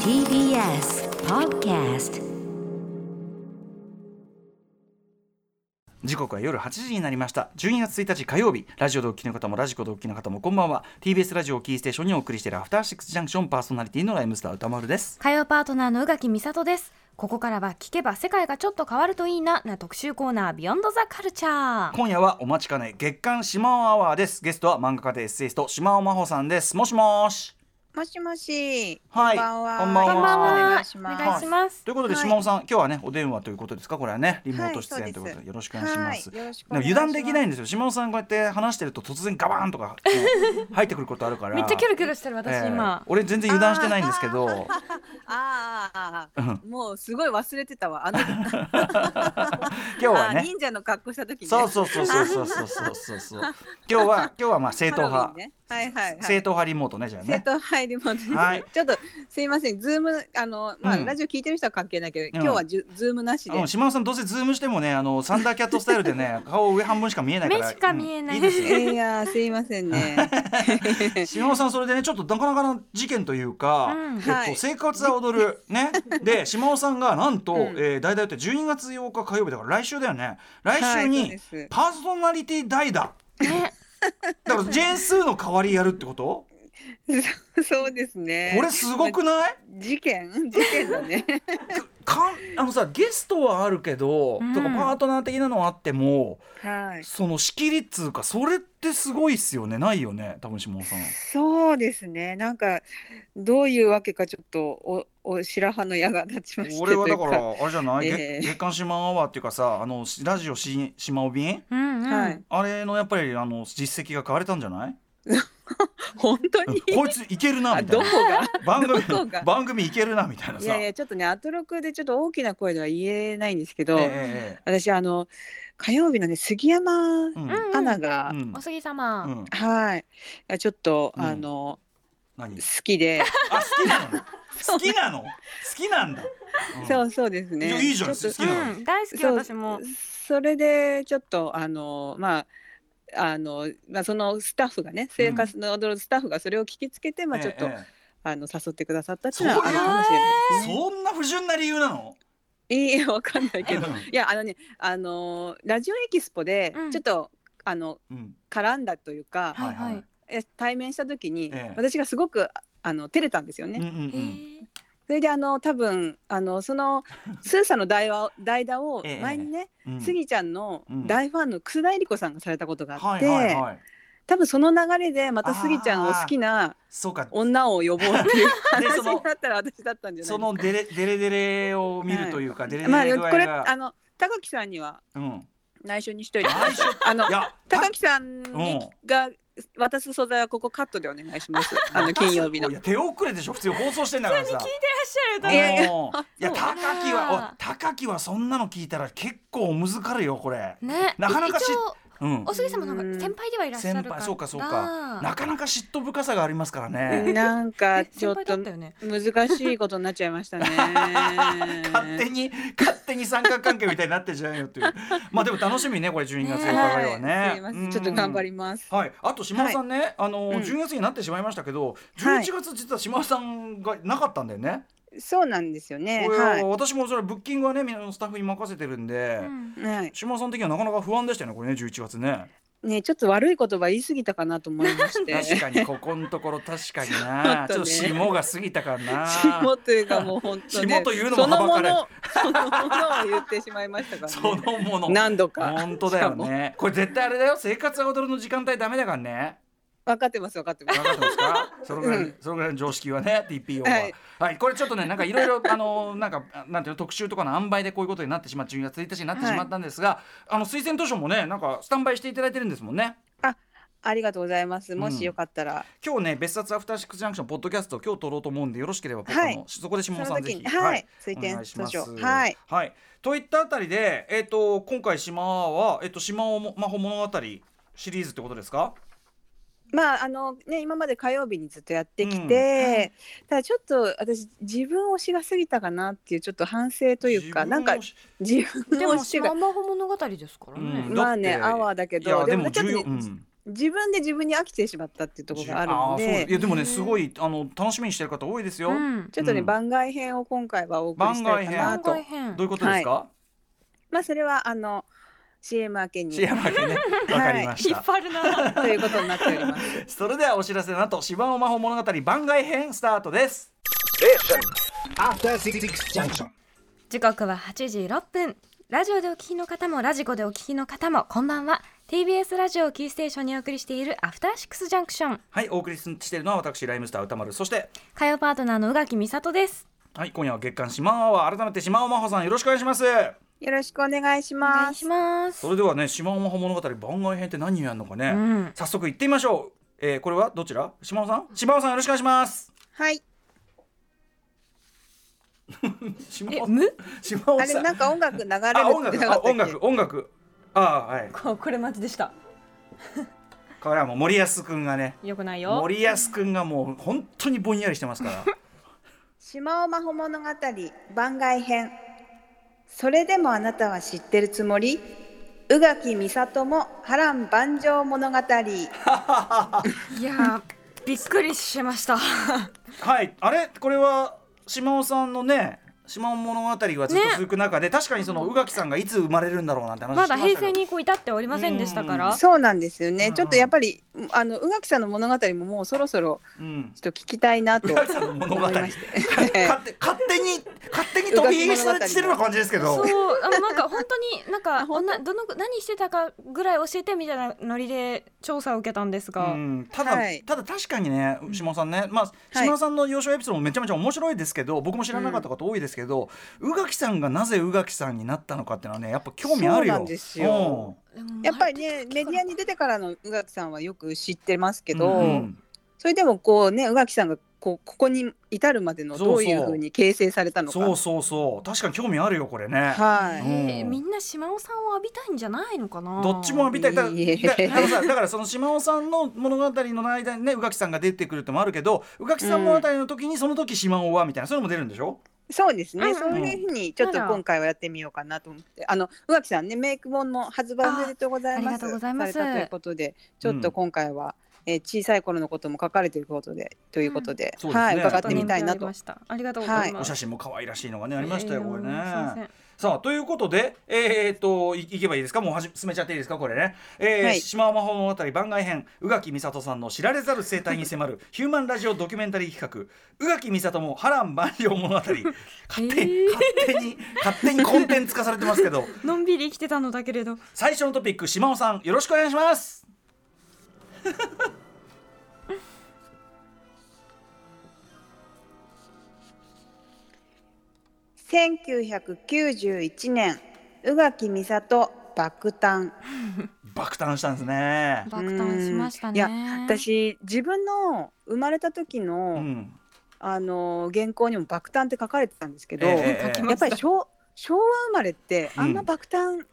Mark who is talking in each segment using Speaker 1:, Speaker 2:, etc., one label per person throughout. Speaker 1: TBS Podcast
Speaker 2: 時刻は夜8時になりました12月1日火曜日ラジオ同期の方もラジコ同期の方もこんばんは TBS ラジオをキーステーションにお送りしているアフターシックスジャンクションパーソナリティのライムスター歌丸です
Speaker 3: 火曜パートナーの宇垣美里ですここからは聞けば世界がちょっと変わるといいなな特集コーナービヨンドザカルチャー
Speaker 2: 今夜はお待ちかね月刊シマオアワーですゲストは漫画家でエッセイスト島尾真帆さんですもしもーし
Speaker 4: もしもし。
Speaker 2: はい
Speaker 4: こんばんは。
Speaker 2: こんばんは
Speaker 3: こんばんは
Speaker 4: お願いします。
Speaker 3: お願いします
Speaker 2: ということで
Speaker 4: はい
Speaker 2: 島尾さん、今日はねお電話ということですかこれはねリモート出
Speaker 4: は
Speaker 2: 演
Speaker 4: い
Speaker 2: とい
Speaker 4: そ
Speaker 2: こ
Speaker 4: ううです
Speaker 2: とでよろしくお願いします、
Speaker 4: はいよろしくお
Speaker 2: でも
Speaker 4: 願いしま
Speaker 2: 油
Speaker 4: す
Speaker 2: 断できないんですよ島尾さんこうやって話してると突然ガバーンとかこ う入ってくることあるから
Speaker 3: めっちゃキョロキョロしてる
Speaker 2: え
Speaker 3: 私
Speaker 2: ー
Speaker 3: 今、
Speaker 2: 俺全然油断してないんですけ ど
Speaker 4: あーあーあー
Speaker 2: う
Speaker 4: もうすごい忘れてたわ。あの今
Speaker 2: 今日はね
Speaker 4: 忍者の格好した時ね。
Speaker 2: そうそうそうそうそうそうそうそうそう。今日 は今日はまあ正
Speaker 4: ハ
Speaker 2: 統
Speaker 4: ロウィ
Speaker 2: 派、
Speaker 4: ンね。はいはいはい。
Speaker 2: 正統派リモートねじゃあ
Speaker 4: 正
Speaker 2: ね。
Speaker 4: 統入りもね
Speaker 2: はい
Speaker 4: ちょっとすいません。ズームあのまあ、
Speaker 2: うん
Speaker 4: ラジオ聞いてる人は関係ないけど、今日はじゅズームなしで。
Speaker 2: うん、島尾さんどうせズームしてもねあのサンダーキャットスタイルで ね顔上半分しか見えないから
Speaker 3: 目しか見えない
Speaker 2: うんいですよ
Speaker 4: いやーすいませんね。
Speaker 2: 島尾さんそれでねちょっとなかなかの事件というか、
Speaker 3: うん
Speaker 2: えっと
Speaker 4: はい
Speaker 2: 生活は踊る ねで島尾さんがなんと、
Speaker 4: うん
Speaker 2: えー、代打って12月8日火曜日だから来週だよね来週
Speaker 4: はいそう
Speaker 2: に
Speaker 4: です
Speaker 2: パーソナリティ代打、
Speaker 3: ね、
Speaker 2: だからジェーンスーの代わりやるってこと
Speaker 4: そうですね。
Speaker 2: これすごくない
Speaker 4: 事件事件だね。
Speaker 2: かんあのさゲストはあるけど、
Speaker 3: うん
Speaker 2: とかパートナー的なのはあっても
Speaker 4: はい。
Speaker 2: その仕切りっつうかそれってすごいっすよねないよね多分下尾さん。
Speaker 4: そうですね。なんかどういうわけかちょっとおお白羽の矢が立ちま して
Speaker 2: 俺はだか
Speaker 4: という
Speaker 2: らあれじゃない、月
Speaker 4: ええ
Speaker 2: 月刊島アワーっていうかさあのしラジオし島尾便
Speaker 3: うんうん、
Speaker 4: はい
Speaker 2: あれのやっぱりあの実績が変われたんじゃない
Speaker 4: 本当に
Speaker 2: うんこいついける な
Speaker 4: あ
Speaker 2: みたい
Speaker 4: どこ
Speaker 2: な
Speaker 4: が
Speaker 2: 番組
Speaker 4: どこが
Speaker 2: 番組いけるなみたいないさ。
Speaker 4: やいやちょっとねアトロクでちょっと大きな声では言えないんですけ
Speaker 2: え
Speaker 4: ど、
Speaker 2: ええ
Speaker 4: 私あの火曜日のね杉山
Speaker 2: えええうん
Speaker 3: うん
Speaker 4: アナが、
Speaker 2: うん
Speaker 3: お杉様、
Speaker 2: うん
Speaker 4: はいあちょっと、
Speaker 2: うん
Speaker 4: あの
Speaker 2: 何
Speaker 4: 好きで
Speaker 2: あ好きなの好きなの好きなん だ。うん
Speaker 4: そうそうです
Speaker 2: いや
Speaker 4: ね
Speaker 2: いいじゃん
Speaker 4: ちょっ
Speaker 2: 好
Speaker 4: と
Speaker 2: きなの
Speaker 3: うん大好き
Speaker 4: そう
Speaker 3: 私も
Speaker 4: それでちょっとあのまああのまあ、そのスタッフがね生活の踊るスタッフがそれを聞きつけて、まあ、ちょっと、
Speaker 2: ええええ
Speaker 4: あの誘ってくださったっていうのはあるかもしれない
Speaker 2: そんな不純な理由なの？
Speaker 4: ですね。いいわかんないけど。
Speaker 2: う
Speaker 4: いやあのねあのーラジオエキスポで
Speaker 3: うん
Speaker 4: ちょっと、あの
Speaker 2: ん
Speaker 4: 絡んだというか、
Speaker 3: はいはい
Speaker 4: え対面した時に、
Speaker 2: ええ
Speaker 4: 私がすごくああの照れたんですよね。
Speaker 2: うんうんうん。
Speaker 3: へー
Speaker 4: それであの多分あのそのスーさんの代話を代打を
Speaker 2: ええ
Speaker 4: 前にね、
Speaker 2: うん
Speaker 4: スギちゃんの
Speaker 2: うん
Speaker 4: 大ファンの楠田絵理子さんがされたことがあっ
Speaker 2: はい
Speaker 4: て、
Speaker 2: はいはい。
Speaker 4: 多分その流れでまたスギちゃんを好きな
Speaker 2: そうか。
Speaker 4: 女を 呼ぼうっていう
Speaker 2: で
Speaker 4: 話
Speaker 2: その
Speaker 4: になったら私だったんじゃないですか。
Speaker 2: そのデレデレデレを見るというかデレデ
Speaker 4: まあ
Speaker 2: レ具合
Speaker 4: これ
Speaker 2: が。
Speaker 4: あの高木さんには
Speaker 2: うん。
Speaker 4: 内緒にしといて
Speaker 2: 内緒
Speaker 4: あの
Speaker 2: いや。
Speaker 4: 高木さんに
Speaker 2: うん
Speaker 4: が渡す素材はここカットでお願いします。あの金曜日の
Speaker 2: い。や手遅れでしょ普通放送してんだからさ。
Speaker 3: らっしゃる歌
Speaker 4: いやいや
Speaker 2: もういや
Speaker 4: そう
Speaker 2: 高
Speaker 3: なんだ
Speaker 2: 木はお高木はそんなの聞いたら結構むずかるよこれ。
Speaker 3: ね
Speaker 2: なかなかし
Speaker 3: 一応
Speaker 2: うん。
Speaker 3: お杉様なんか先輩ではいらっしゃるから
Speaker 2: 先輩そうかそうかなかなか嫉妬深さがありますからね。
Speaker 4: なん
Speaker 3: え
Speaker 4: かち
Speaker 3: 先
Speaker 4: ょっ
Speaker 3: 輩だ
Speaker 4: と
Speaker 3: ったよね
Speaker 4: 難しいことになっちゃいましたね。
Speaker 2: 勝手に勝手に三角関係みたいになってんじゃないよっていう。まあでも楽しみねこれ12月8日
Speaker 4: は
Speaker 2: 火曜
Speaker 4: い
Speaker 2: はね。
Speaker 4: すいませ
Speaker 2: うん
Speaker 4: んちょっと頑張ります。
Speaker 2: はい、あと島尾さんね、あの
Speaker 4: うん
Speaker 2: 10月になってしまいましたけど、
Speaker 4: はい
Speaker 2: 11月実は島尾さんがなかったんだよね。
Speaker 4: そうなんですよね。
Speaker 2: これは
Speaker 4: はい。
Speaker 2: 私もそれブッキングはね、みんなのスタッフに任せてるんで、
Speaker 3: うん
Speaker 4: はい、
Speaker 2: 島尾さん的にはなかなか不安でしたよね、これね、11月 ね。
Speaker 4: ねちょっと悪い言葉言い過ぎたかなと思いまし
Speaker 2: 確
Speaker 4: て。
Speaker 2: かにここのところ確かにな、ち
Speaker 4: ち
Speaker 2: ょ
Speaker 4: ょ
Speaker 2: っと
Speaker 4: っとね
Speaker 2: 霜が過ぎたからな。
Speaker 4: 霜というかもう本当ね
Speaker 2: 霜というのも
Speaker 4: その
Speaker 2: はば
Speaker 4: も
Speaker 2: かれる
Speaker 4: のそのものを言ってしまいましたか ら、ね。
Speaker 2: そのもの。
Speaker 4: 何度か。
Speaker 2: 本当だよ
Speaker 4: しかも。
Speaker 2: ね。これ絶対あれだよ、生活は踊るの時間帯ダメだからね。
Speaker 4: 分かってます分かってます
Speaker 2: 分。かってます かそれぐらい、
Speaker 4: うん
Speaker 2: それぐらいの常識はね TPO は、は
Speaker 4: はいい
Speaker 2: これちょっとねなんかいろいろあのなんかなんていうの特集とかの塩梅でこういうことになってしまって12月1日になってしまったんですが、あの推薦図書もねなんかスタンバイしていただいてるんですもんね
Speaker 4: ありがとうございます。も
Speaker 2: うん
Speaker 4: しよかったら、
Speaker 2: 今日ね別冊アフターシックスジャンクションポッドキャストを今日撮ろうと思うんでよろしければ、
Speaker 4: はい
Speaker 2: あのそこで下
Speaker 4: そ
Speaker 2: 野
Speaker 4: の
Speaker 2: さんぜ
Speaker 4: 時
Speaker 2: ひ
Speaker 4: に、はい、推
Speaker 2: お
Speaker 4: 薦
Speaker 2: 願いしま
Speaker 4: 図
Speaker 2: す
Speaker 4: 書、はい、、
Speaker 2: はい、といったあたりで、えっと今回島は、えっと島をも魔法物語シリーズってことですか
Speaker 4: まああのね今まで火曜日にずっとやってきて、
Speaker 2: うん
Speaker 3: はい
Speaker 4: ただちょっと私自分推しが過ぎたかなっていうちょっと反省というか
Speaker 2: 自分
Speaker 4: な
Speaker 2: を
Speaker 4: んか
Speaker 2: し
Speaker 4: 自分
Speaker 3: でも
Speaker 4: 推し
Speaker 3: 島
Speaker 4: が
Speaker 3: 魔法物語ですから
Speaker 2: うん
Speaker 3: ね
Speaker 2: だ
Speaker 4: まあ
Speaker 2: って
Speaker 4: ねアワーだけ
Speaker 2: いや
Speaker 4: ど
Speaker 2: でも
Speaker 4: ちょっ
Speaker 2: 重
Speaker 4: と
Speaker 2: 要、
Speaker 4: ね
Speaker 2: うん
Speaker 4: 自分で自分に飽きてしまったっていうところがあるの
Speaker 2: ーそうい
Speaker 4: で
Speaker 2: やでも
Speaker 3: う
Speaker 2: ね
Speaker 3: ん
Speaker 2: すごいあの楽しみにしてる方多いですよ、
Speaker 3: うん
Speaker 4: ちょっとね、
Speaker 2: うん
Speaker 4: 番外編を今回はお送りしたいかな
Speaker 3: 番
Speaker 4: と
Speaker 3: 外。編
Speaker 2: どういうことですか、
Speaker 4: まあそれはあの CM 明けに
Speaker 2: シェアマーケねわかりまし
Speaker 3: 引
Speaker 2: た、
Speaker 3: っ 張るな
Speaker 4: ということになっております。
Speaker 2: それではお知らせの後芝尾魔法物語番外編スタートです
Speaker 1: After Six Junction.
Speaker 3: 時刻は8時6分ラジオでお聞きの方もラジコでお聞きの方もこんばんは TBS ラジオをキーステーションにお送りしているアフターシックスジャンクション
Speaker 2: はいお送りしているのは私ライムスター歌丸そして
Speaker 3: 火曜パートナーの宇垣美里です
Speaker 2: はい今夜は月刊島尾アワ改めて島尾真帆さんよろしくお願いします
Speaker 4: よろしくお願いし
Speaker 3: お願
Speaker 4: ま
Speaker 3: いし
Speaker 4: す。
Speaker 3: ます
Speaker 2: それではね島尾真帆物語番外編って何をやるのかね、
Speaker 3: うん
Speaker 2: 早速行ってみましょうえー、これはどちら島尾さん島尾さんよろしくお願いします
Speaker 4: はい。
Speaker 2: 島
Speaker 3: え
Speaker 2: 尾
Speaker 3: む
Speaker 2: 島尾
Speaker 4: あれ
Speaker 2: さん
Speaker 4: なんか音楽流れるって
Speaker 2: あ音楽
Speaker 4: なか
Speaker 2: あ
Speaker 4: ったっけ
Speaker 2: 音楽音楽ああはい
Speaker 3: ここれマジでした
Speaker 2: これはもう森保くんがね
Speaker 3: よくないよ
Speaker 2: 森保くんがもう本当にぼんやりしてますから
Speaker 4: 島尾真帆物語番外編。それでもあなたは知ってるつもり？宇垣美里も波乱万丈物語。
Speaker 3: いやーびっくりしました
Speaker 2: はい、あれこれは島尾さんのね島尾物語はずっと
Speaker 3: ね
Speaker 2: 続く中で、確かにその宇垣さんがいつ生まれるんだろうなんて話して
Speaker 3: ま
Speaker 2: ました
Speaker 3: だ
Speaker 2: けど
Speaker 3: 平成にこう至っておりませんでしたから
Speaker 4: そうなんですよ
Speaker 2: う
Speaker 4: ね。
Speaker 2: ん
Speaker 4: ちょっとやっぱりあの宇垣さんの物語ももうそろそろ
Speaker 2: うん
Speaker 4: ちょっと聞きたいなと
Speaker 2: 宇
Speaker 4: 思
Speaker 2: 垣さんの物語
Speaker 4: いまして。
Speaker 2: 勝手勝手に勝手に飛び火してるような感じですけ
Speaker 3: そ
Speaker 2: ど
Speaker 3: うあのなんか本当になんか
Speaker 4: あ本
Speaker 3: 女どの何してたかぐらい教えてみたいなノリで調査を受けたんですが、
Speaker 2: うん、ただ、
Speaker 4: はい
Speaker 2: ただ確かにね島尾さんね、まあ、
Speaker 4: はい
Speaker 2: 島尾さんの幼少エピソードもめちゃめちゃ面白いですけど僕も知らなかったこと多いですけど宇垣、さんがなぜ宇垣さんになったのかっていうのはねやっぱ興味あるよ。
Speaker 4: そうなんですよ
Speaker 3: でも
Speaker 4: やっぱりねメディアに出てからの宇垣さんはよく知ってますけ
Speaker 2: け
Speaker 4: ど、それでもこうね宇垣さんがこうここに至るまでの
Speaker 2: そうそう
Speaker 4: どういうふうに形成されたのか
Speaker 2: そうそうそう確かに興味あるよこれね。
Speaker 4: は
Speaker 2: う
Speaker 4: い、
Speaker 2: ん
Speaker 3: えーみんな島尾さんを浴びたいんじゃないのかな
Speaker 2: どっちも浴びたいだから
Speaker 4: いいえ
Speaker 2: だだからさだからその島尾さんの物語の間にね宇垣さんが出てくるってのもあるけど宇垣さん物語の時にその時島尾はみたいなそういうのも出るんでしょ
Speaker 4: そうですね、
Speaker 3: うん
Speaker 4: そういうふうにちょっと今回はやってみようかなと思ってあの宇垣さんねメイク本の発売おめでとうございます
Speaker 3: あありがとうございます
Speaker 4: されたということでちょっと今回は、えー小さい頃のことも書かれていることでということで,、
Speaker 2: うん
Speaker 4: はい
Speaker 2: そうですね
Speaker 4: 伺ってみたいな
Speaker 3: あ
Speaker 4: と
Speaker 3: りましたありがとうござい
Speaker 4: うん
Speaker 2: お
Speaker 3: ます、
Speaker 2: 写真も可愛らしいのがねありましたよこれ
Speaker 3: いやい
Speaker 2: ね。
Speaker 3: や
Speaker 2: さあということでえー、っといいけばいいですかもうはじ進めちゃっていいですかこれね、えー
Speaker 4: はい
Speaker 2: 島尾魔法の語り番外編宇垣美里さんの知られざる生態に迫る ヒューマンラジオドキュメンタリー企画宇垣美里も波乱万丈物語勝手に、
Speaker 3: えー
Speaker 2: 勝手に勝手にコンテンツ化されてますけど
Speaker 3: すいませんのんびり生きてたのだけれど
Speaker 2: 最初のトピック島尾さんよろしくお願いします
Speaker 4: 1991年宇垣美里爆誕
Speaker 2: 爆誕したんですね
Speaker 3: 爆誕しましたね
Speaker 4: いや私自分の生まれた時の、
Speaker 2: うん
Speaker 4: あの原稿にも爆誕って書かれてたんですけど、
Speaker 2: ええ
Speaker 3: 書きま
Speaker 4: やっ
Speaker 3: す
Speaker 4: ぱり昭昭和生まれって
Speaker 2: うん
Speaker 4: あんま爆誕って、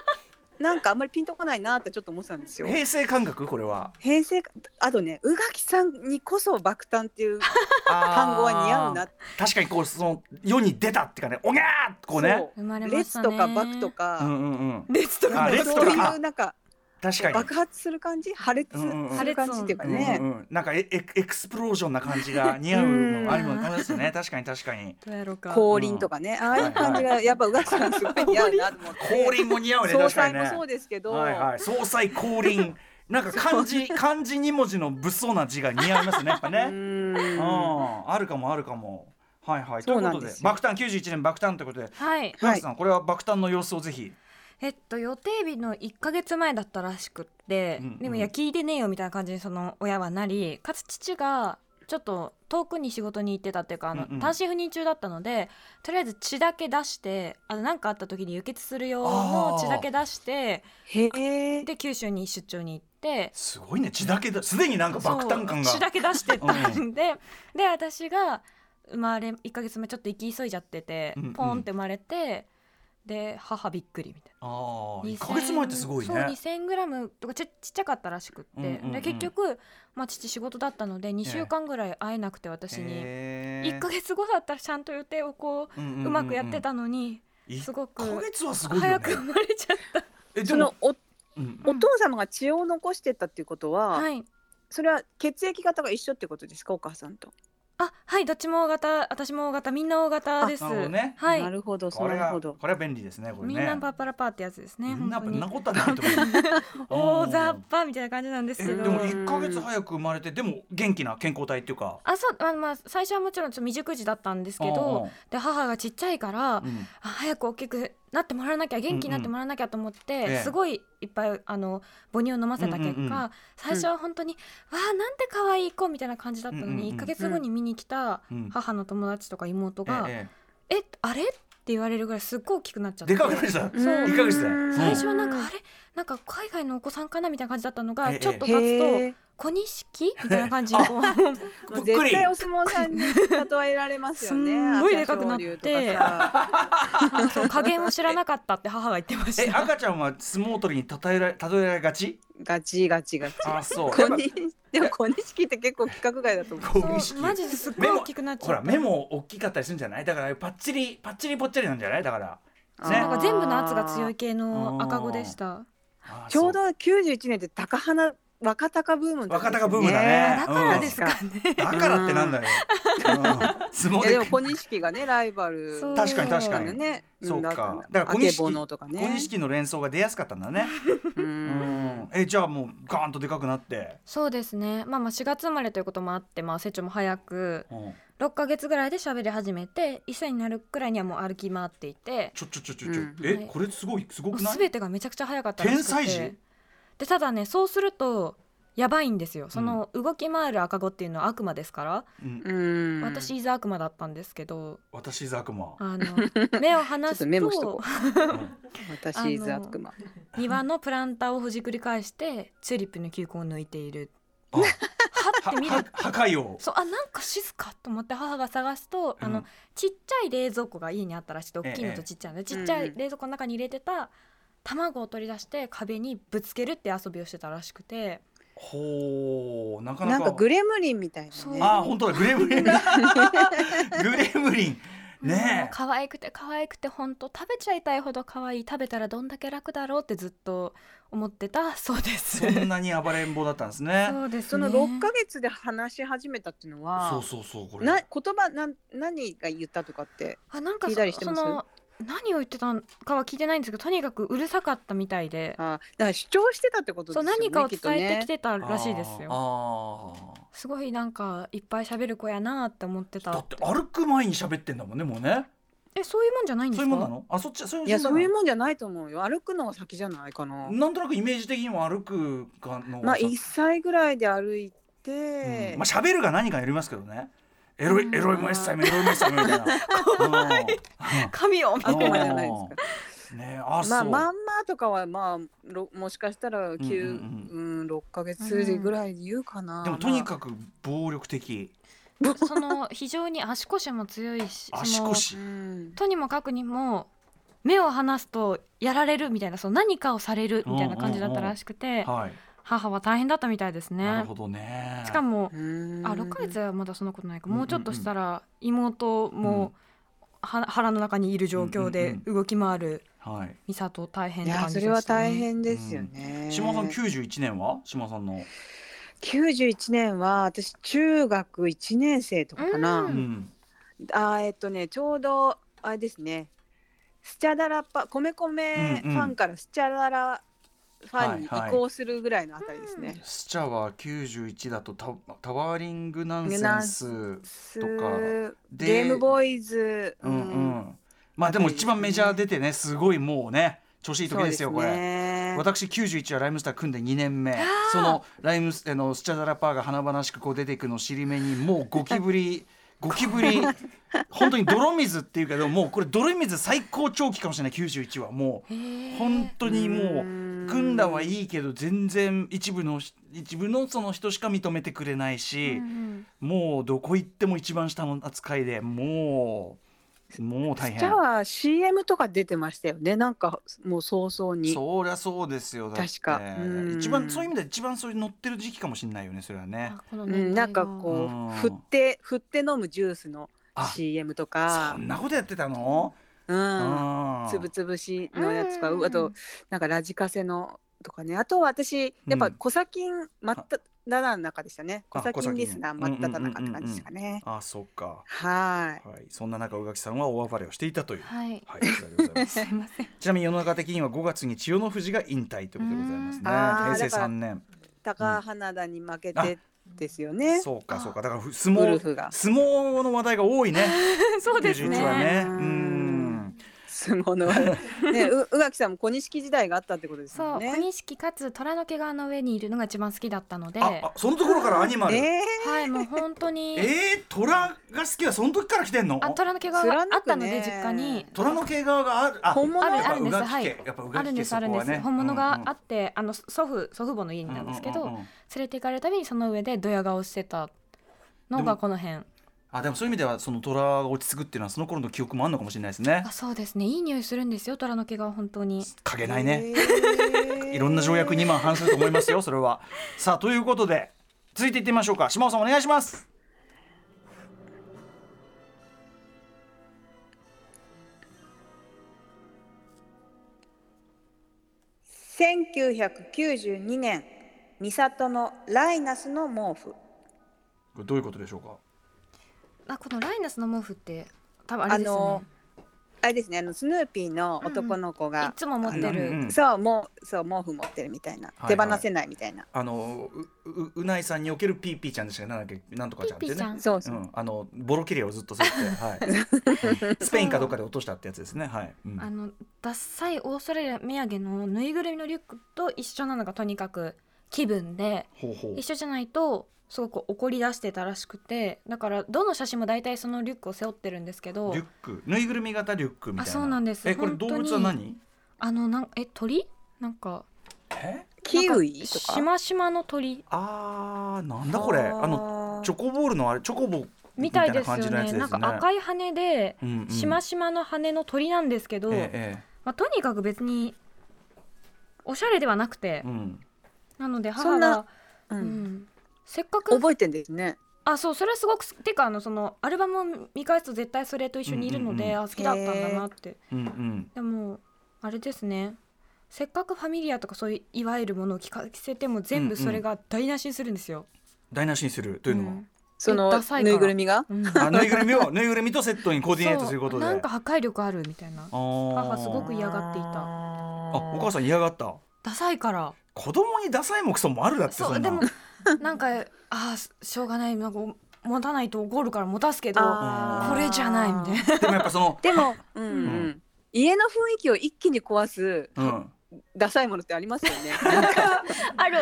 Speaker 4: なんかあんまりピンとこないなってちょっと思ってたんですよ。
Speaker 2: 平成感覚これは
Speaker 4: 平成あとね宇垣さんにこそ爆誕っていう単
Speaker 2: 単
Speaker 4: 語は似合うな
Speaker 2: 確かにこうその世に出たっていうかねおぎゃーってこうね
Speaker 3: 生まれ
Speaker 4: そう
Speaker 3: まし
Speaker 4: 列
Speaker 3: たね
Speaker 4: とか爆と
Speaker 2: う
Speaker 4: か、
Speaker 2: んうんうん
Speaker 3: 列と
Speaker 2: あ
Speaker 3: か
Speaker 2: 列
Speaker 4: そう
Speaker 2: と
Speaker 4: い
Speaker 2: か
Speaker 4: うなんか
Speaker 2: 確かに
Speaker 4: 爆発する感じ破裂する感じっていうか
Speaker 2: うんうん
Speaker 4: ね、
Speaker 2: うんなんかエエエクスプロージョンな感じが似合うのもありますよね確かに確かに
Speaker 3: どうやろうか
Speaker 4: 降臨とかね、ああいう感じがやっぱ宇垣さんすごい似合うなと思って。
Speaker 2: 降臨も似合うね
Speaker 4: 総
Speaker 2: 確か
Speaker 4: 裁
Speaker 2: に
Speaker 4: も
Speaker 2: ね
Speaker 4: そうですけど、
Speaker 2: はいはい総裁降臨なんか漢字漢字二文字の物騒な字が似合いますねやっぱ
Speaker 4: う
Speaker 2: ね
Speaker 4: ーん
Speaker 2: うんあるかもあるかも。はいはい。とい
Speaker 4: そううな
Speaker 2: こと
Speaker 4: んで
Speaker 2: です
Speaker 4: よ
Speaker 2: 爆誕91年爆誕ということで。
Speaker 3: はい
Speaker 2: 古橋さんこれは爆誕の様子をぜひ。
Speaker 3: えっと予定日の1か月前だったらしくって、
Speaker 2: うんうん
Speaker 3: でもいや聞いてねえよみたいな感じにその親はなり かつ父がちょっと遠くに仕事に行ってたっていうかあの、
Speaker 2: うんうん
Speaker 3: 単身赴任中だったのでとりあえず血だけ出してあのなんかあった時に輸血する用の血だけ出して
Speaker 4: へえ。
Speaker 3: で九州に出張に行って。
Speaker 2: すごいね血だけだすでになんか爆誕感が
Speaker 3: そう血。だけ出してたんで、で私が生まれ1か月前ちょっと行き急いじゃってて、
Speaker 2: うんうん
Speaker 3: ポンって生まれてで母びっくりみたいな。
Speaker 2: ああ
Speaker 3: 2000
Speaker 2: 1ヶ月前ってすごい
Speaker 3: そう
Speaker 2: ね。
Speaker 3: 2000グラムとかちっちっちゃかったらしくって、
Speaker 2: うんうんうん
Speaker 3: で結局、まあ、父仕事だったので2週間ぐらい会えなくて私に、
Speaker 2: へー
Speaker 3: 一1か月後だったらちゃんと予定をこう、
Speaker 2: う
Speaker 3: うんまくやって。たのに、
Speaker 2: 1
Speaker 3: すごく
Speaker 2: ヶ月はすごいよね
Speaker 3: 早く。生まれちゃった
Speaker 2: えで
Speaker 4: そ
Speaker 2: も
Speaker 4: のお
Speaker 2: うん
Speaker 4: お父様が血を残してたっていうことは、
Speaker 3: はい
Speaker 4: それは血液型が一緒ってことですかお母さんと。
Speaker 3: あはいどっちも大型私も大型みんな大型です
Speaker 2: あなるほどね
Speaker 3: はい
Speaker 4: なるほど
Speaker 2: こ
Speaker 4: な
Speaker 2: れ
Speaker 4: る
Speaker 2: が
Speaker 4: ほ
Speaker 2: こ
Speaker 4: ど。
Speaker 2: れは便利ですねこれね
Speaker 3: みんなパッパラパーってやつですね
Speaker 2: みんな
Speaker 3: 本当
Speaker 2: んな
Speaker 3: に
Speaker 2: ことはないと思う
Speaker 3: お
Speaker 2: う
Speaker 3: お
Speaker 2: ん
Speaker 3: ざっぱみたいな感じなんです
Speaker 2: え
Speaker 3: け
Speaker 2: で
Speaker 3: ど
Speaker 2: も一ヶ月早く生まれてでも元気な健康体っていうか
Speaker 3: あそうあのまあ最初はもちろんちょっと未熟児だったんですけどで母がちっちゃいから、
Speaker 2: うんうん
Speaker 3: あ早く大きくなってもらわなきゃ元気になってもらわなきゃと思って、
Speaker 2: ええ
Speaker 3: すごいいっぱいあの母乳を飲ませた結果、
Speaker 2: うんうんうん
Speaker 3: 最初は本当に、わあなんて可愛い子みたいな感じだったの
Speaker 2: うんうんうん
Speaker 3: に、一1か月後に見に来た
Speaker 2: うん
Speaker 3: 母の友達とか妹が「え
Speaker 2: え
Speaker 3: あれ?」って言われるぐらいすっごい大きくなっちゃって
Speaker 2: えでかくなりました
Speaker 3: そう
Speaker 4: うん
Speaker 2: 一ヶ月で
Speaker 3: 最初はなんかあれなんか海外のお子さんかなみたいな感じだったのが、
Speaker 2: ええ
Speaker 3: ちょっと経つと
Speaker 4: へえ
Speaker 3: 「小錦?」みたいな感じに こう。
Speaker 2: ぷっく
Speaker 4: 絶
Speaker 2: り
Speaker 4: 対お相撲さんに例えられますよ
Speaker 3: す
Speaker 4: ね。
Speaker 3: んごいでかくなって
Speaker 4: 朝青龍とかさ
Speaker 3: そう加減を知らなかったって母が言ってまし
Speaker 2: え
Speaker 3: た。
Speaker 2: 赤ちゃんは相撲取りにたたえられ例えられがち
Speaker 4: ガチガチガチ。
Speaker 2: あそう
Speaker 4: 小錦でも小錦って結構規格外だと思う。
Speaker 2: 小
Speaker 3: そう
Speaker 2: 錦
Speaker 3: マジですっごい大きくなっちゃっ
Speaker 2: ほ
Speaker 3: た。
Speaker 2: ら目も大きかったりするんじゃないだからパッチリパッチリぽっちりなんじゃないだからね
Speaker 3: なんか全部の圧が強い系の赤子でした。
Speaker 2: あ
Speaker 4: ちょう
Speaker 2: そ
Speaker 4: ど91年って高花若鷹ブームの時です
Speaker 2: 若鷹ブームだね
Speaker 3: だからですかね。
Speaker 2: だからって なんだようん相撲
Speaker 4: いやでも
Speaker 2: で
Speaker 4: 小錦がねライバル
Speaker 3: そう
Speaker 2: 確かに確
Speaker 4: な
Speaker 2: か
Speaker 4: んで
Speaker 2: に
Speaker 4: ね。
Speaker 2: そうか
Speaker 4: んだ
Speaker 2: だ
Speaker 4: だ
Speaker 2: か
Speaker 4: からら
Speaker 2: 小
Speaker 4: 小
Speaker 2: 錦
Speaker 4: 錦とかね。
Speaker 2: 小錦の連想が出やすかったんだね
Speaker 4: う
Speaker 2: うんんえじゃあもうガーンとでかくなって
Speaker 3: そうですね。まあまあ4月生まれということもあって、まあ成長も早く
Speaker 2: うん
Speaker 3: 6ヶ月ぐらいで喋り始めて、1歳になるくらいにはもう歩き回っていて、
Speaker 2: ちょちょちょちょちょ
Speaker 4: うん
Speaker 3: は
Speaker 2: え
Speaker 3: い
Speaker 2: これすごいすご
Speaker 3: もう
Speaker 2: くない
Speaker 3: 全てがめちゃくちゃ早かったらしくて
Speaker 2: 天才児
Speaker 3: でただね、そうするとやばいんですよ。その動き回る赤子っていうのは悪魔ですから、
Speaker 2: うん
Speaker 4: うん。
Speaker 3: 私イザ悪魔だったんですけど、
Speaker 2: 私ザクマ
Speaker 3: あの目を離
Speaker 4: ちょっと
Speaker 3: す
Speaker 4: メモしと
Speaker 3: と
Speaker 4: こ
Speaker 3: あの
Speaker 4: 私ザクマ。
Speaker 3: 庭のプランターをほじくり返してチューリップの球根を抜いている
Speaker 2: は
Speaker 3: はって見
Speaker 2: は
Speaker 3: る
Speaker 2: 破壊王
Speaker 3: そうあなんか静かと思って母が探すと、あ
Speaker 2: うん
Speaker 3: のちっちゃい冷蔵庫が家にあったらしくて
Speaker 2: ええ
Speaker 3: 大きいのとちっちゃいので、ちっちゃい冷蔵庫の中に入れてた卵を取り出して壁にぶつけるって遊びをしてたらしくて
Speaker 2: ほうなか
Speaker 4: な
Speaker 2: なんか
Speaker 4: かグレムリンみたいな
Speaker 3: そう
Speaker 4: ね。
Speaker 2: あ本当だグレムリングレムリン
Speaker 3: もう
Speaker 2: ねえ
Speaker 3: 可愛くて可愛くて本当食べちゃいたいほど可愛い食べたらどんだけ楽だろうってずっと思ってたそうです。
Speaker 2: そんなに暴れん坊だったんですね
Speaker 3: そうです
Speaker 4: そ
Speaker 3: ね
Speaker 4: の六ヶ月で話し始めたっていうのは。
Speaker 2: そうそうそうこれ
Speaker 4: な言葉なん何が言ったとかって
Speaker 3: あなんか
Speaker 4: 聞いたりして
Speaker 3: そ
Speaker 4: ます
Speaker 3: の何を言ってたんかは聞いてないんですけどとにかくうるさかったみたいで
Speaker 4: あだから主張してたってことです
Speaker 3: そ
Speaker 4: よ
Speaker 3: う
Speaker 4: ね
Speaker 3: 何かを
Speaker 4: きっ
Speaker 3: 伝
Speaker 4: と
Speaker 3: えて
Speaker 4: ね
Speaker 3: きてたらしいですよ。
Speaker 2: あーあー
Speaker 3: すごいなんかいっぱい喋る子やなって思って
Speaker 2: だ
Speaker 3: た
Speaker 2: って歩く前に喋ってんだもんねもうね
Speaker 3: えそういうもんじゃないんで
Speaker 2: そうい
Speaker 3: す
Speaker 2: う
Speaker 3: か
Speaker 2: もんなのあそっちそういう
Speaker 4: いやそういう
Speaker 2: も
Speaker 4: もんじゃないと思うよ歩くのが先じゃないかな
Speaker 2: なんとなくイメージ的にも歩くかの
Speaker 4: まあ
Speaker 2: さ
Speaker 4: 一歳ぐらいで歩い
Speaker 2: うん
Speaker 4: て、
Speaker 2: まあ喋るが何かによりますけどねエロい
Speaker 3: うん
Speaker 2: エロいもエッサイもエロいもエッサイもみ たいな 怖い
Speaker 3: 神を
Speaker 4: あくまでじゃないですか
Speaker 2: ねえあそう
Speaker 4: まあまんまとかはまあろもしかしたら
Speaker 2: う
Speaker 4: 九うんん
Speaker 2: う
Speaker 4: 六ヶ月でぐらいで言うかな、
Speaker 2: でもとにかく暴力的
Speaker 3: その非常に足腰も強いし
Speaker 2: 足
Speaker 3: その
Speaker 2: 腰
Speaker 4: く、うん、
Speaker 3: とにもかくにも目を離すとやられるみたいなその何かをされるみたいな感じだったらしくて
Speaker 2: はい
Speaker 3: 母は大変だったみたいです
Speaker 2: なる
Speaker 3: ね
Speaker 2: ほどね
Speaker 3: しかも
Speaker 4: うん
Speaker 3: あ6ヶ月はまだそんなことないか
Speaker 2: うん
Speaker 3: もうちょっとしたら妹もは腹の中にいる状況
Speaker 2: う
Speaker 3: で
Speaker 2: ん
Speaker 3: 動き回る
Speaker 2: はい
Speaker 3: 美里大変っ
Speaker 4: い
Speaker 3: て
Speaker 4: や
Speaker 3: 感
Speaker 4: そ
Speaker 3: じでしたね
Speaker 4: れは大変ですよね、
Speaker 2: 島さん91年は島さんの
Speaker 4: 91年は私中学1年生とかかな、
Speaker 3: う
Speaker 2: うんん
Speaker 4: あーえっとねちょうどあれですねスチャダラパ米米ファンからスチャダラファンに移行するぐらいのあたりですね。
Speaker 2: スチャは91だとタタワーリングナンセンス
Speaker 4: す
Speaker 2: とで
Speaker 4: ゲームボーイズ、
Speaker 2: うんうんまあでも一番メジャー出てねすごいもうね調子いい時ですよこれ。
Speaker 4: れ
Speaker 2: 私91はライムスター組んで2年目そのライムスあのスチャダラパーが華々しくこう出ていくのを尻目にもうゴキブリゴキブリ本当に泥水っていうけどもうこれ泥水最高長期かもしれない91はも
Speaker 3: へ
Speaker 2: う
Speaker 3: ー
Speaker 2: 本当にもう
Speaker 4: うん
Speaker 2: 組んだはいいけど全然一部の一部のその人しか認めてくれないし
Speaker 3: うんう、ん
Speaker 2: もうどこ行っても一番下の扱いでもうもう大
Speaker 4: ス
Speaker 2: 変
Speaker 4: チャは CM とか出てましたよねなんかもう早々に。
Speaker 2: そりゃそうですよだって
Speaker 4: 確かうん
Speaker 2: 一番そういう意味では一番そういう乗ってる時期かもしれないよねそれはね
Speaker 3: あこの
Speaker 4: う
Speaker 3: 年代
Speaker 4: ん、
Speaker 3: が
Speaker 4: なんかこ
Speaker 2: う
Speaker 4: うん振って振って飲むジュースの
Speaker 2: あ
Speaker 4: CM と
Speaker 2: そ
Speaker 4: か
Speaker 2: んなことやってたの
Speaker 4: うん
Speaker 2: あー
Speaker 4: つぶつぶしのやつとか
Speaker 3: うん
Speaker 4: あとなんかラジカセのとかねあとは私やっ
Speaker 2: う
Speaker 4: ぱ
Speaker 2: ん
Speaker 4: 小砂金真っただ中でしたね
Speaker 2: あ
Speaker 4: 小砂
Speaker 2: 小砂
Speaker 4: 金
Speaker 2: 金
Speaker 4: リスナー真っただ中
Speaker 2: うん
Speaker 4: っ
Speaker 2: うんうんうんうん
Speaker 4: て感じですかね
Speaker 2: あそっか、
Speaker 4: はい
Speaker 2: はい、そんな中宇垣さんは大暴れをしていたという、はい
Speaker 3: はい
Speaker 2: こちらでご ざいます
Speaker 3: すいません
Speaker 2: ちなみに世の中的には5月に千代の富士が引退ということでございます
Speaker 3: うん
Speaker 2: ね。
Speaker 4: あー
Speaker 2: 平成
Speaker 4: だから
Speaker 2: 3年。
Speaker 4: 高花田に負けてですよね
Speaker 2: そうか
Speaker 3: あ
Speaker 2: そうか。だからふ相
Speaker 4: ウル
Speaker 2: 撲
Speaker 4: フが
Speaker 2: 相撲の話題が多 いね。
Speaker 3: そうです
Speaker 2: 91は
Speaker 3: ね
Speaker 2: ね。う
Speaker 4: うん
Speaker 2: ん。
Speaker 4: 相 撲の笑いねう宇垣さんも小錦時代があったってことです
Speaker 3: そ
Speaker 4: も
Speaker 3: うん
Speaker 4: ね
Speaker 3: 小錦かつ虎の毛皮の上にいるのが一番好きだったので
Speaker 2: ああそのところからアニマル。え
Speaker 4: え
Speaker 3: はいもう本当に
Speaker 2: ー、虎が好きはその時から来てんの？
Speaker 3: あ虎の毛皮があったので実家に
Speaker 2: 虎の毛皮がある。あ
Speaker 4: 本物
Speaker 3: あるあ
Speaker 2: やっぱ
Speaker 3: るんですは
Speaker 2: 宇垣
Speaker 3: い
Speaker 2: 家やっぱ宇
Speaker 3: あるん
Speaker 2: 垣
Speaker 3: で
Speaker 2: 家
Speaker 3: す
Speaker 2: そ
Speaker 3: あるん
Speaker 2: こ
Speaker 3: で
Speaker 2: は
Speaker 3: す
Speaker 2: ね。
Speaker 3: 本物があ
Speaker 2: っ
Speaker 3: ってあの祖父祖父母の家にいたんですけど連れて行かれるたびにその上でドヤ顔してたの
Speaker 2: でも
Speaker 3: がこの辺
Speaker 2: あでもそういう意味ではその虎が落ち着くっていうのはその頃の記憶もあるのかもしれないですね
Speaker 3: あ。そうですねいい匂いするんですよ虎の毛皮本当に
Speaker 2: かけ
Speaker 4: ー
Speaker 2: ないね。
Speaker 4: えー
Speaker 2: いろんな条約に今反すると思いますよ、そ れは。さあ、ということで、続いていってみましょうか。島尾さん、お願いします。
Speaker 4: 1992年美里のライナスの毛布
Speaker 2: これどういうことでしょうか。
Speaker 3: あこのライナスの毛布って多分あ
Speaker 4: あ
Speaker 3: れですよ
Speaker 4: のあれですねあのスヌーピーの男の子
Speaker 3: ねい
Speaker 4: が、
Speaker 3: つも持って
Speaker 2: うんうん
Speaker 3: る
Speaker 4: そうもうそう毛布持ってるみたいな、
Speaker 2: はいはい
Speaker 4: 手放せないみたいな
Speaker 2: あの、う、う、うないさんにおけるピーピーちゃんでしたっけなんだっけ、なんとかちゃんって
Speaker 3: ピーピーちゃ
Speaker 2: ね
Speaker 3: ん。
Speaker 4: そう
Speaker 2: う
Speaker 4: そう、
Speaker 2: ん、あのボロ切れをずっとさって、 はい、スペインかどっかで落としたってやつですね。はい。うん
Speaker 3: あのダッサいオーストラリア土産のぬいぐるみのリュックと一緒なのがとにかく気分で
Speaker 2: ほうほう
Speaker 3: 一緒じゃないとすごく怒り出してたらしくてだからどの写真も大体そのリュックを背負ってるんですけど
Speaker 2: リュック、ぬいぐるみ型リュックみたいな。
Speaker 3: あそうなんです
Speaker 2: え、これ動物は何？
Speaker 3: あのなんえ鳥なんか
Speaker 2: え？
Speaker 4: キウイ
Speaker 3: なん
Speaker 4: と
Speaker 3: し
Speaker 4: か
Speaker 3: ましまの鳥
Speaker 2: あー、なんだこれ。あの
Speaker 4: の
Speaker 2: チョコボールのあれ、チョコボみ
Speaker 3: みた
Speaker 2: たい
Speaker 3: い
Speaker 2: な
Speaker 3: ですよ
Speaker 2: 感じ
Speaker 3: ね
Speaker 2: のやつですね。
Speaker 3: なんか赤い羽で
Speaker 2: うんうん
Speaker 3: しましまの羽の鳥なんですけど、
Speaker 2: えええ
Speaker 3: まあ、とにかく別におしゃれではなくて
Speaker 2: え、うん。
Speaker 3: なので
Speaker 4: そ
Speaker 3: 母
Speaker 4: んな
Speaker 3: が、
Speaker 4: う、
Speaker 3: うんん、せっかく
Speaker 4: 覚えてんですね
Speaker 3: あそうそれはすごくてかあのそのアルバムを見返すと絶対それと一緒にいるので、
Speaker 2: うんうんう
Speaker 3: あ好きだったんだなって
Speaker 2: うんうん。
Speaker 3: でもあれですねせっかくファミリアとかそういういわゆるものを着かせても全部それが台無しにするんですよ。
Speaker 2: 台無しにするというのは、
Speaker 4: その
Speaker 3: ダサいか
Speaker 4: ぬ
Speaker 3: ら
Speaker 4: いぐるみが
Speaker 3: うん
Speaker 2: あぬいぐるみをぬいぐるみとセットにコーディネートすることで
Speaker 3: そうなんか破壊力あるみたいな
Speaker 2: 母
Speaker 3: 母すごく嫌がっていた
Speaker 2: あお母さん嫌がった
Speaker 3: ダサいから
Speaker 2: 子供にダサいもクソもあるだってそ
Speaker 3: そうんで
Speaker 2: な
Speaker 3: もなんかあーしょうがないなんか持たないと怒るから持たすけどこ
Speaker 4: あー
Speaker 3: れじゃないみたいな
Speaker 2: でもやっぱその
Speaker 4: でも、うんうん
Speaker 2: うん
Speaker 4: 家の雰囲気を一気に壊す
Speaker 2: うん、
Speaker 4: ダサいものってありますよ ねなんか
Speaker 3: ある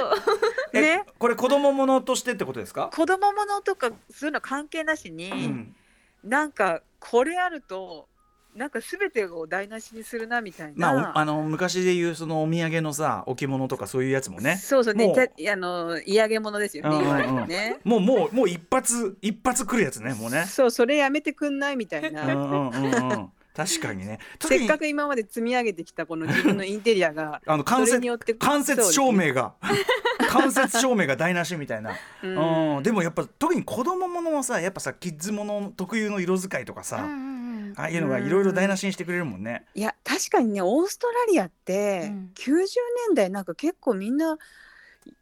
Speaker 2: え
Speaker 4: ね
Speaker 2: これ子供ものとしてってことですか、
Speaker 4: 子供ものとかそういうの関係なしに、
Speaker 2: うん、
Speaker 4: なんかこれあるとなんか全てを台無しにするなみたいな、
Speaker 2: まあおあの昔で言うそのお土産のさ置物とかそういうやつもね
Speaker 4: そうそうね
Speaker 2: もう
Speaker 4: たあの嫌げ物ですよね、
Speaker 2: うんうんうん
Speaker 4: いわゆるね
Speaker 2: もうもうもう一発一発くるやつねもうね
Speaker 4: そうそれやめてくんないみたい
Speaker 2: うん
Speaker 4: な
Speaker 2: うんうんうん確かにね特
Speaker 4: せ
Speaker 2: に
Speaker 4: っかく今まで積み上げてきたこの自分のインテリアが
Speaker 2: あの
Speaker 4: そ
Speaker 2: 関
Speaker 4: れ
Speaker 2: 節
Speaker 4: によって
Speaker 2: 間接照明が 間接照明が台無しみたいな、
Speaker 4: そう
Speaker 2: う
Speaker 4: ね
Speaker 2: んでもやっぱ特に子供ものはさやっぱさキッズもの特有の色使いとかさ、
Speaker 3: うんうんうん
Speaker 2: ああいうのがいろいろ台無しにしてくれるもんね。
Speaker 4: いや確かにねオーストラリアって、
Speaker 3: うん
Speaker 4: 90年代なんか結構みんな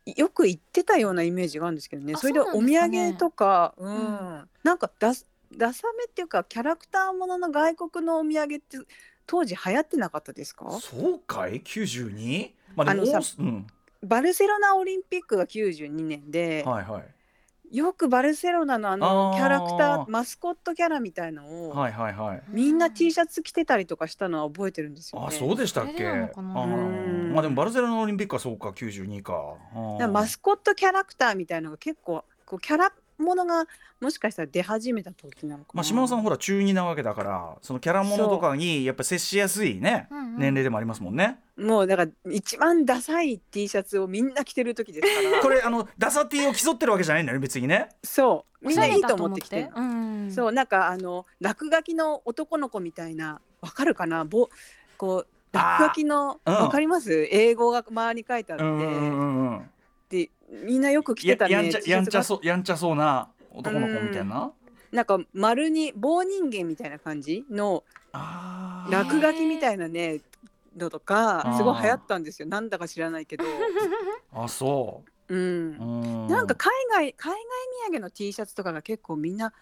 Speaker 4: いよく行ってたようなイメージがあるんですけどね
Speaker 3: あ
Speaker 4: それでお
Speaker 3: そう
Speaker 4: 土
Speaker 3: なんですかね
Speaker 4: 産とかうん
Speaker 3: う
Speaker 4: なんかダスダサめっていうかキャラクターものの外国のお土産って当時流行ってなかったですか
Speaker 2: そうかい 92? まあでも
Speaker 4: あのさ
Speaker 2: オースうん
Speaker 4: バルセロナオリンピックが92年で、
Speaker 2: はいはい
Speaker 4: よくバルセロナのあの
Speaker 2: あー
Speaker 4: キャラクターマスコットキャラみたいのを、
Speaker 2: はいはいはい。
Speaker 4: みんな T シャツ着てたりとかしたのは覚えてるんですよ、ね。
Speaker 2: あそうでしたっ
Speaker 3: それ
Speaker 2: け。
Speaker 3: な
Speaker 2: あ
Speaker 3: のかな
Speaker 2: あ
Speaker 4: うん
Speaker 2: まあでもバルセロナオリンピックはそうか92か。あ
Speaker 4: だからマスコットキャラクターみたいのが結構こうキャラものがもしかしたら出始めた時なのかな。
Speaker 2: まあ島尾さんほら中二なわけだからそのキャラものとかにやっぱ接しやすいね
Speaker 3: うんうん
Speaker 2: 年齢でもありますもんね。
Speaker 4: もうだから一番ダサい T シャツをみんな着てる時ですから。
Speaker 2: これあのダサティを競ってるわけじゃないんだよね別にね。
Speaker 4: そうみんないいと思って着てる。
Speaker 3: うん
Speaker 4: そうなんかあの落書きの男の子みたいなわかるかなぼこう
Speaker 2: あー
Speaker 4: 落書きの
Speaker 2: うん
Speaker 4: わかります英語が周りに書いてあって、
Speaker 2: うんうんうんうん。
Speaker 4: でみんなよく着
Speaker 2: や
Speaker 4: てたね
Speaker 2: やんちゃ
Speaker 4: T シ
Speaker 2: や
Speaker 4: ャ
Speaker 2: ん
Speaker 4: ツ
Speaker 2: ちゃ
Speaker 4: が
Speaker 2: そうやんちゃそうな男の子みたいな。
Speaker 4: なんか丸に棒人間みたいな感じの
Speaker 2: あー
Speaker 4: 落書きみたいなねのとか
Speaker 2: あー
Speaker 4: すごい流行ったんですよなんだか知 らないけど、、
Speaker 2: あそうう、うんん、
Speaker 4: なんか海外海外土産の T シャツとかが結構みんな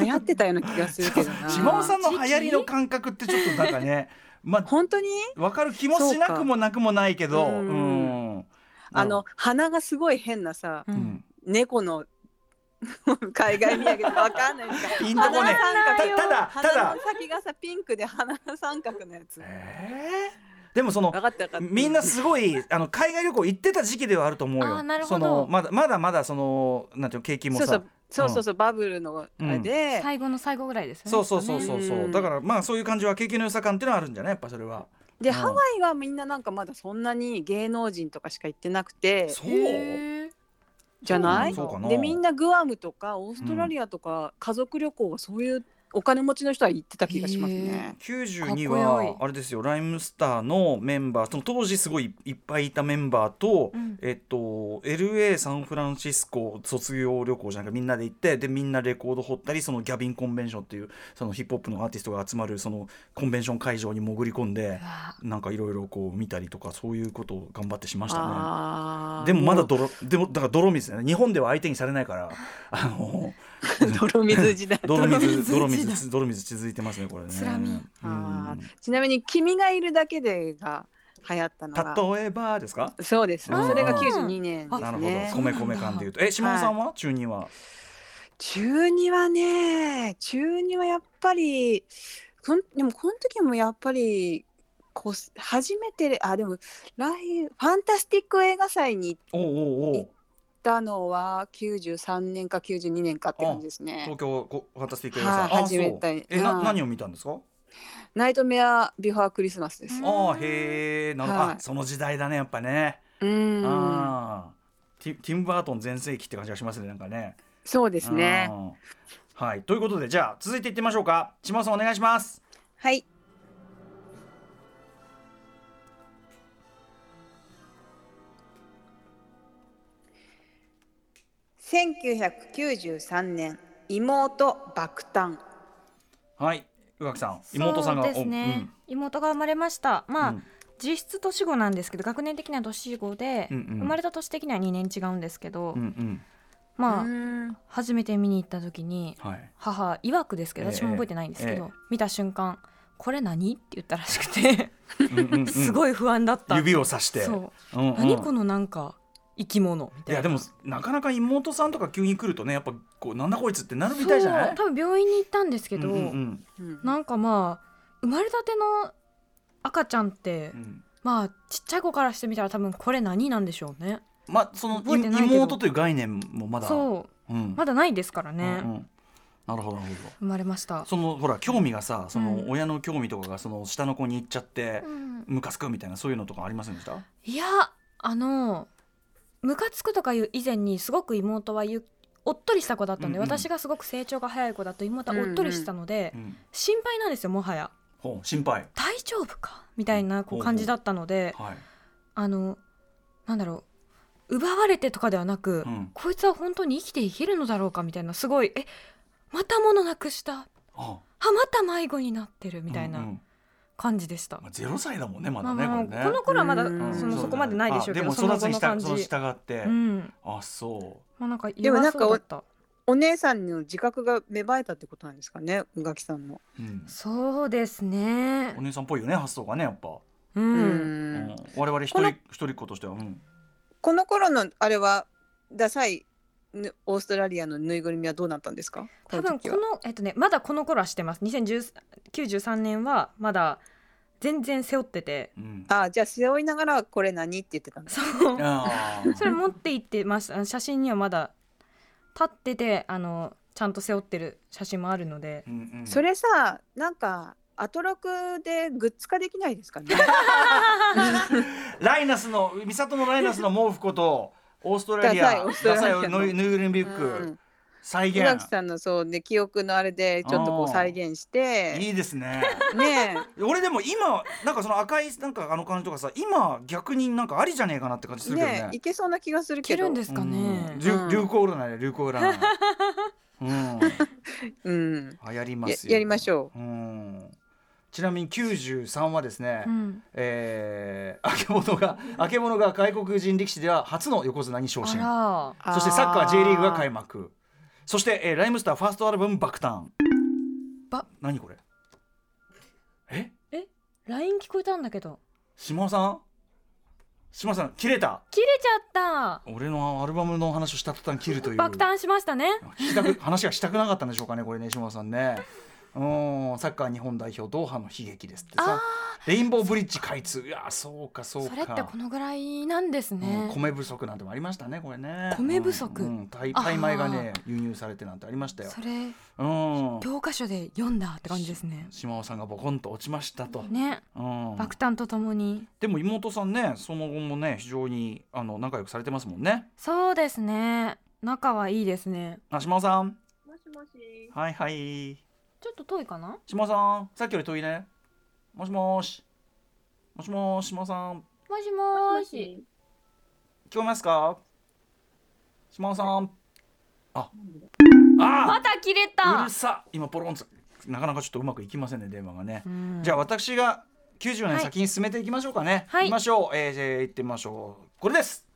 Speaker 4: 流行ってたような気がするけど な
Speaker 2: 島尾さんの流行りの感覚ってちょっとなんかねまあ
Speaker 4: 本当に
Speaker 2: わかる気もしなくもなくもないけど
Speaker 4: そうか
Speaker 2: う
Speaker 4: うんんあの鼻がすごい変なさ
Speaker 2: う
Speaker 3: うんん
Speaker 4: 猫の 海外土産ってわかんないみたいな
Speaker 2: ピンと
Speaker 4: 鼻
Speaker 2: こ
Speaker 4: が
Speaker 2: ね
Speaker 4: 三角
Speaker 2: たただただ
Speaker 4: 鼻の先がさピンクで鼻が三角のやつ
Speaker 2: えーでもその
Speaker 4: 分かった分かった
Speaker 2: みんなすごいあの海外旅行行ってた時期ではあると思うよ
Speaker 3: あーなるほ
Speaker 2: そ
Speaker 3: ど
Speaker 2: のまだまだまだそのなんていうの景気も
Speaker 4: そう
Speaker 2: さ
Speaker 4: そうそうそうそうバブルのあれで、
Speaker 3: 最後の最後ぐらいですよね
Speaker 2: そうそうそうそうそう
Speaker 4: うん
Speaker 2: だからまあそういう感じは景気の良さ感っていうのはあるんじゃないやっぱそれは
Speaker 4: で
Speaker 2: うん
Speaker 4: ハワイはみんななんかまだそんなに芸能人とかしか行ってなくて
Speaker 2: そう
Speaker 3: へー
Speaker 4: じゃない
Speaker 2: そうかな
Speaker 4: でみんなグアムとかオーストラリアとか家族旅行はそういうお金持ちの人は行ってた気がしますね。
Speaker 3: か
Speaker 2: 92
Speaker 3: っこよ
Speaker 2: はいあれですよライムスターのメンバーその当時すごいいっぱいいたメンバーと、
Speaker 3: うん
Speaker 2: えっと LA サンフランシスコ卒業旅行じゃなくみんなで行ってでみんなレコード掘ったりそのギャビンコンベンションっていうそのヒップホップのアーティストが集まるそのコンベンション会場に潜り込んで
Speaker 3: うわ
Speaker 2: なんかいろいろこう見たりとかそういうことを頑張ってしましたね。
Speaker 4: あー
Speaker 2: でもまだ泥でもだから泥水だね日本では相手にされないからあの
Speaker 4: 泥水時代
Speaker 2: 泥水
Speaker 3: 泥
Speaker 2: 泥
Speaker 3: 水
Speaker 2: 水泥水続いてますねこれね。
Speaker 3: つらみ
Speaker 2: うん
Speaker 4: あー ちなみに「君がいるだけで」が流行ったのが
Speaker 2: 例えばですか
Speaker 4: そうです
Speaker 2: あー
Speaker 4: それが92年
Speaker 3: あ
Speaker 4: で
Speaker 2: な
Speaker 4: す
Speaker 2: るほど、
Speaker 4: ね
Speaker 3: そうな
Speaker 2: 米
Speaker 3: んだ
Speaker 2: 米感でいうとえ島尾さんは、中二は
Speaker 4: 中二はね中二はやっぱりそんでもこの時もやっぱりこう初めてあでも来ファンタスティック映画祭に行っ
Speaker 2: おうおうおう
Speaker 4: たのは93年か92年かって感じですね
Speaker 2: 東京こファンタスティック映画
Speaker 4: はい
Speaker 2: 祭
Speaker 4: 初めて
Speaker 2: えな
Speaker 4: はい
Speaker 2: 何を見たんですか
Speaker 4: 「ナイトメア・ビフォー・クリスマス」です
Speaker 3: う。ん
Speaker 2: ああへえなるほど
Speaker 4: は
Speaker 2: あ
Speaker 4: い
Speaker 2: その時代だねやっぱね
Speaker 4: うん
Speaker 2: ああティティム・バートン全盛期って感じがしますねなんかね
Speaker 4: そうですね。
Speaker 2: うんはいということでじゃあ続いていってみましょうか島尾さんお願いします
Speaker 4: はい1993年妹爆誕
Speaker 2: はいうがきさん妹さんが
Speaker 3: そうですね、妹が生まれました
Speaker 2: おうん
Speaker 3: まあ、
Speaker 2: うん
Speaker 3: 実質年子なんですけど学年的には年子で、
Speaker 2: うんうん
Speaker 3: 生まれた年的には2年違うんですけど、
Speaker 2: うんうん
Speaker 3: まあ、
Speaker 4: うん
Speaker 3: 初めて見に行った時に
Speaker 2: はい
Speaker 3: 母曰くですけど
Speaker 2: ええ
Speaker 3: 私も覚えてないんですけど、
Speaker 2: え
Speaker 3: 見た瞬間「これ何?」って言ったらしくて
Speaker 2: うんうんう ん
Speaker 3: すごい不安だった、
Speaker 2: 指をさして
Speaker 3: そううん
Speaker 2: うん
Speaker 3: 何このなんか生き物み
Speaker 2: い
Speaker 3: たいな
Speaker 2: やでもなかなか妹さんとか急に来るとねやっぱこうなんだこいつってなるみたいじゃない
Speaker 3: そう多分病院に行ったんですけど、
Speaker 2: うんうん
Speaker 4: うん
Speaker 3: なんかまあ生まれたての赤ちゃんって、
Speaker 2: うんうん
Speaker 3: まあちっちゃい子からしてみたら多分これ何なんでしょうね
Speaker 2: まあその
Speaker 3: 覚えてないけど
Speaker 2: 妹という概念もまだ
Speaker 3: そう
Speaker 2: うん
Speaker 3: まだないですからね、
Speaker 2: うんうんなるほどなるほ
Speaker 3: 生まれました
Speaker 2: どそのほら興味がさその
Speaker 3: うん
Speaker 2: 親の興味とかがその下の子に行っちゃって
Speaker 3: うん
Speaker 2: ムカつくみたいなそういうのとかありませんでした
Speaker 3: いやあのムカつくとかいう以前にすごく妹はゆおっとりした子だったんで、
Speaker 2: うんうん
Speaker 3: 私がすごく成長が早い子だと妹はおっとりしたので、
Speaker 2: うん
Speaker 3: 心配なんですよもはや
Speaker 2: ほう心配
Speaker 3: 大丈夫かみたいなこ
Speaker 2: ほうほ
Speaker 3: う
Speaker 2: う
Speaker 3: 感じだったので、
Speaker 2: はい
Speaker 3: あのなんだろう奪われてとかではなく、
Speaker 2: うん
Speaker 3: こいつは本当に生きていけるのだろうかみたいなすごいえまた物なくした
Speaker 2: あ
Speaker 3: あまた迷子になってるみたい
Speaker 2: うんう
Speaker 3: なん感じでした、
Speaker 2: まあゼロ歳だもんねま
Speaker 3: ま
Speaker 2: だ
Speaker 3: あ
Speaker 2: ね
Speaker 3: まあこ
Speaker 2: これね
Speaker 3: の頃はまだ
Speaker 4: う
Speaker 3: そ
Speaker 2: う
Speaker 4: ん
Speaker 2: ん
Speaker 3: の
Speaker 2: う
Speaker 3: そ
Speaker 2: だ
Speaker 3: こまでないでしょうけど
Speaker 2: あ
Speaker 3: そ
Speaker 2: で
Speaker 3: の
Speaker 2: も
Speaker 3: 後
Speaker 2: 育つに
Speaker 3: の
Speaker 2: した
Speaker 3: 感
Speaker 2: その
Speaker 3: じ
Speaker 2: 従って
Speaker 3: うん
Speaker 2: あそう
Speaker 3: まあなんか
Speaker 4: でもな
Speaker 3: 弱
Speaker 4: んか
Speaker 3: そうだった
Speaker 4: お姉さんの自覚が芽生えたってことなんですかね宇垣さんの。
Speaker 2: うん
Speaker 3: そうですね
Speaker 2: お姉さんっぽいよね発想がねやっぱ、
Speaker 3: う、
Speaker 4: うん
Speaker 2: うん
Speaker 4: ん
Speaker 2: 我々一人
Speaker 4: この
Speaker 2: 一人っ子としては、うん、
Speaker 4: この頃のあれはダサいぬオーストラリアのぬいぐるみはどうなったんですかこ
Speaker 3: 多
Speaker 4: の
Speaker 3: 分
Speaker 4: 時
Speaker 3: こ
Speaker 4: は
Speaker 3: のえっとねまだこの頃はしてます2093年はまだ全然背負ってて
Speaker 2: うん、
Speaker 4: あじゃあ背負いながらこれ何って言ってたんです
Speaker 3: そう
Speaker 2: あー
Speaker 3: それ持って行ってましたあの写真にはまだ立っててあのちゃんと背負ってる写真もあるので
Speaker 2: うんうん、
Speaker 4: それさなんかアトロクでグッズ化できないですか ね
Speaker 2: ライナスの美里のライナスの毛布ことオーストラリ
Speaker 4: ダサい
Speaker 2: ア
Speaker 4: オーストラ
Speaker 2: ダ
Speaker 4: リ
Speaker 2: サ
Speaker 4: ア
Speaker 2: い
Speaker 4: の
Speaker 2: ぬいぬいぐるみビッグ、
Speaker 4: うん
Speaker 2: 再
Speaker 4: 宇垣
Speaker 2: 現
Speaker 4: さんのそうね記憶のあれでちょっと
Speaker 2: あ
Speaker 4: こう
Speaker 2: ー
Speaker 4: 再現して
Speaker 2: いいですね
Speaker 4: ね
Speaker 2: 俺でも今なんかその赤いなんかあの感じとかさ今逆になんかありじゃねえかなって感じす
Speaker 4: え
Speaker 2: るけどね
Speaker 4: ねえいけそうな気がする
Speaker 3: 着
Speaker 4: け
Speaker 3: る
Speaker 4: ど
Speaker 3: んですかね
Speaker 2: うん、流
Speaker 4: うん
Speaker 2: 流行占いだよ流行 占いうん
Speaker 4: うん
Speaker 2: 流行りま
Speaker 4: や
Speaker 2: すよ
Speaker 4: やりましょう。
Speaker 2: うんちなみに93はですね、
Speaker 3: うん、
Speaker 2: えー、あ けぼのがあけぼのが外国人力士では初の横綱に昇進
Speaker 3: あ
Speaker 2: そしてサッカー J リーグが開
Speaker 4: 幕。
Speaker 2: 幕そして、えーライムスターファーストアルバム「爆誕」
Speaker 3: ば
Speaker 2: 何これえ
Speaker 3: ら LINE 聞こえたんだけど
Speaker 2: 島尾さん島尾さん切れた
Speaker 3: 切れちゃっ
Speaker 2: 俺のアルバムの話をした途端切るとい
Speaker 3: た
Speaker 2: う
Speaker 3: 爆誕しましたね
Speaker 2: 聞きたく 話がしたくなかったんでしょうかねこれね島尾さんねうーんサッカー日本代表ドーハの悲劇ですって
Speaker 3: あ
Speaker 2: さレインボーブリッジ開通いやそうかそう
Speaker 3: ー
Speaker 2: か
Speaker 3: それってこのぐらいなんです
Speaker 2: うん
Speaker 3: ね、
Speaker 2: 米不足なんてもありましたねこれね
Speaker 3: 米不足
Speaker 2: うんうんタイ
Speaker 3: あー
Speaker 2: タイ米がね輸入されてなんてありましたよ
Speaker 3: それ
Speaker 2: うん
Speaker 3: 教科書で読んだって感じですね
Speaker 2: 島尾さんがボコンと落ちましたと、
Speaker 3: ね
Speaker 2: うん、
Speaker 3: 爆誕とともに
Speaker 2: でも妹さんねその後もね非常にあの仲良くされてますもんね
Speaker 3: そうですね仲はいいですね
Speaker 2: あ島尾さん
Speaker 4: もしもし。
Speaker 2: はいはい
Speaker 3: ちょっと遠いかな
Speaker 2: 島尾さんさっきより遠いねもしもーしもしもーし島尾さん
Speaker 3: もしもーし。
Speaker 2: 聞こえますか島尾さんあ
Speaker 3: ま
Speaker 2: あ
Speaker 3: た切れ
Speaker 2: ーう
Speaker 3: た
Speaker 2: るさ今ポロンとなかなかちょっとうまくいきませんね電話がね
Speaker 3: うん
Speaker 2: じゃあ私が90
Speaker 3: は
Speaker 2: 年
Speaker 3: い
Speaker 2: 先に進めていきましょうかね。
Speaker 3: はい
Speaker 2: 行きましょう。えー、じゃあ行ってみましょう。これです。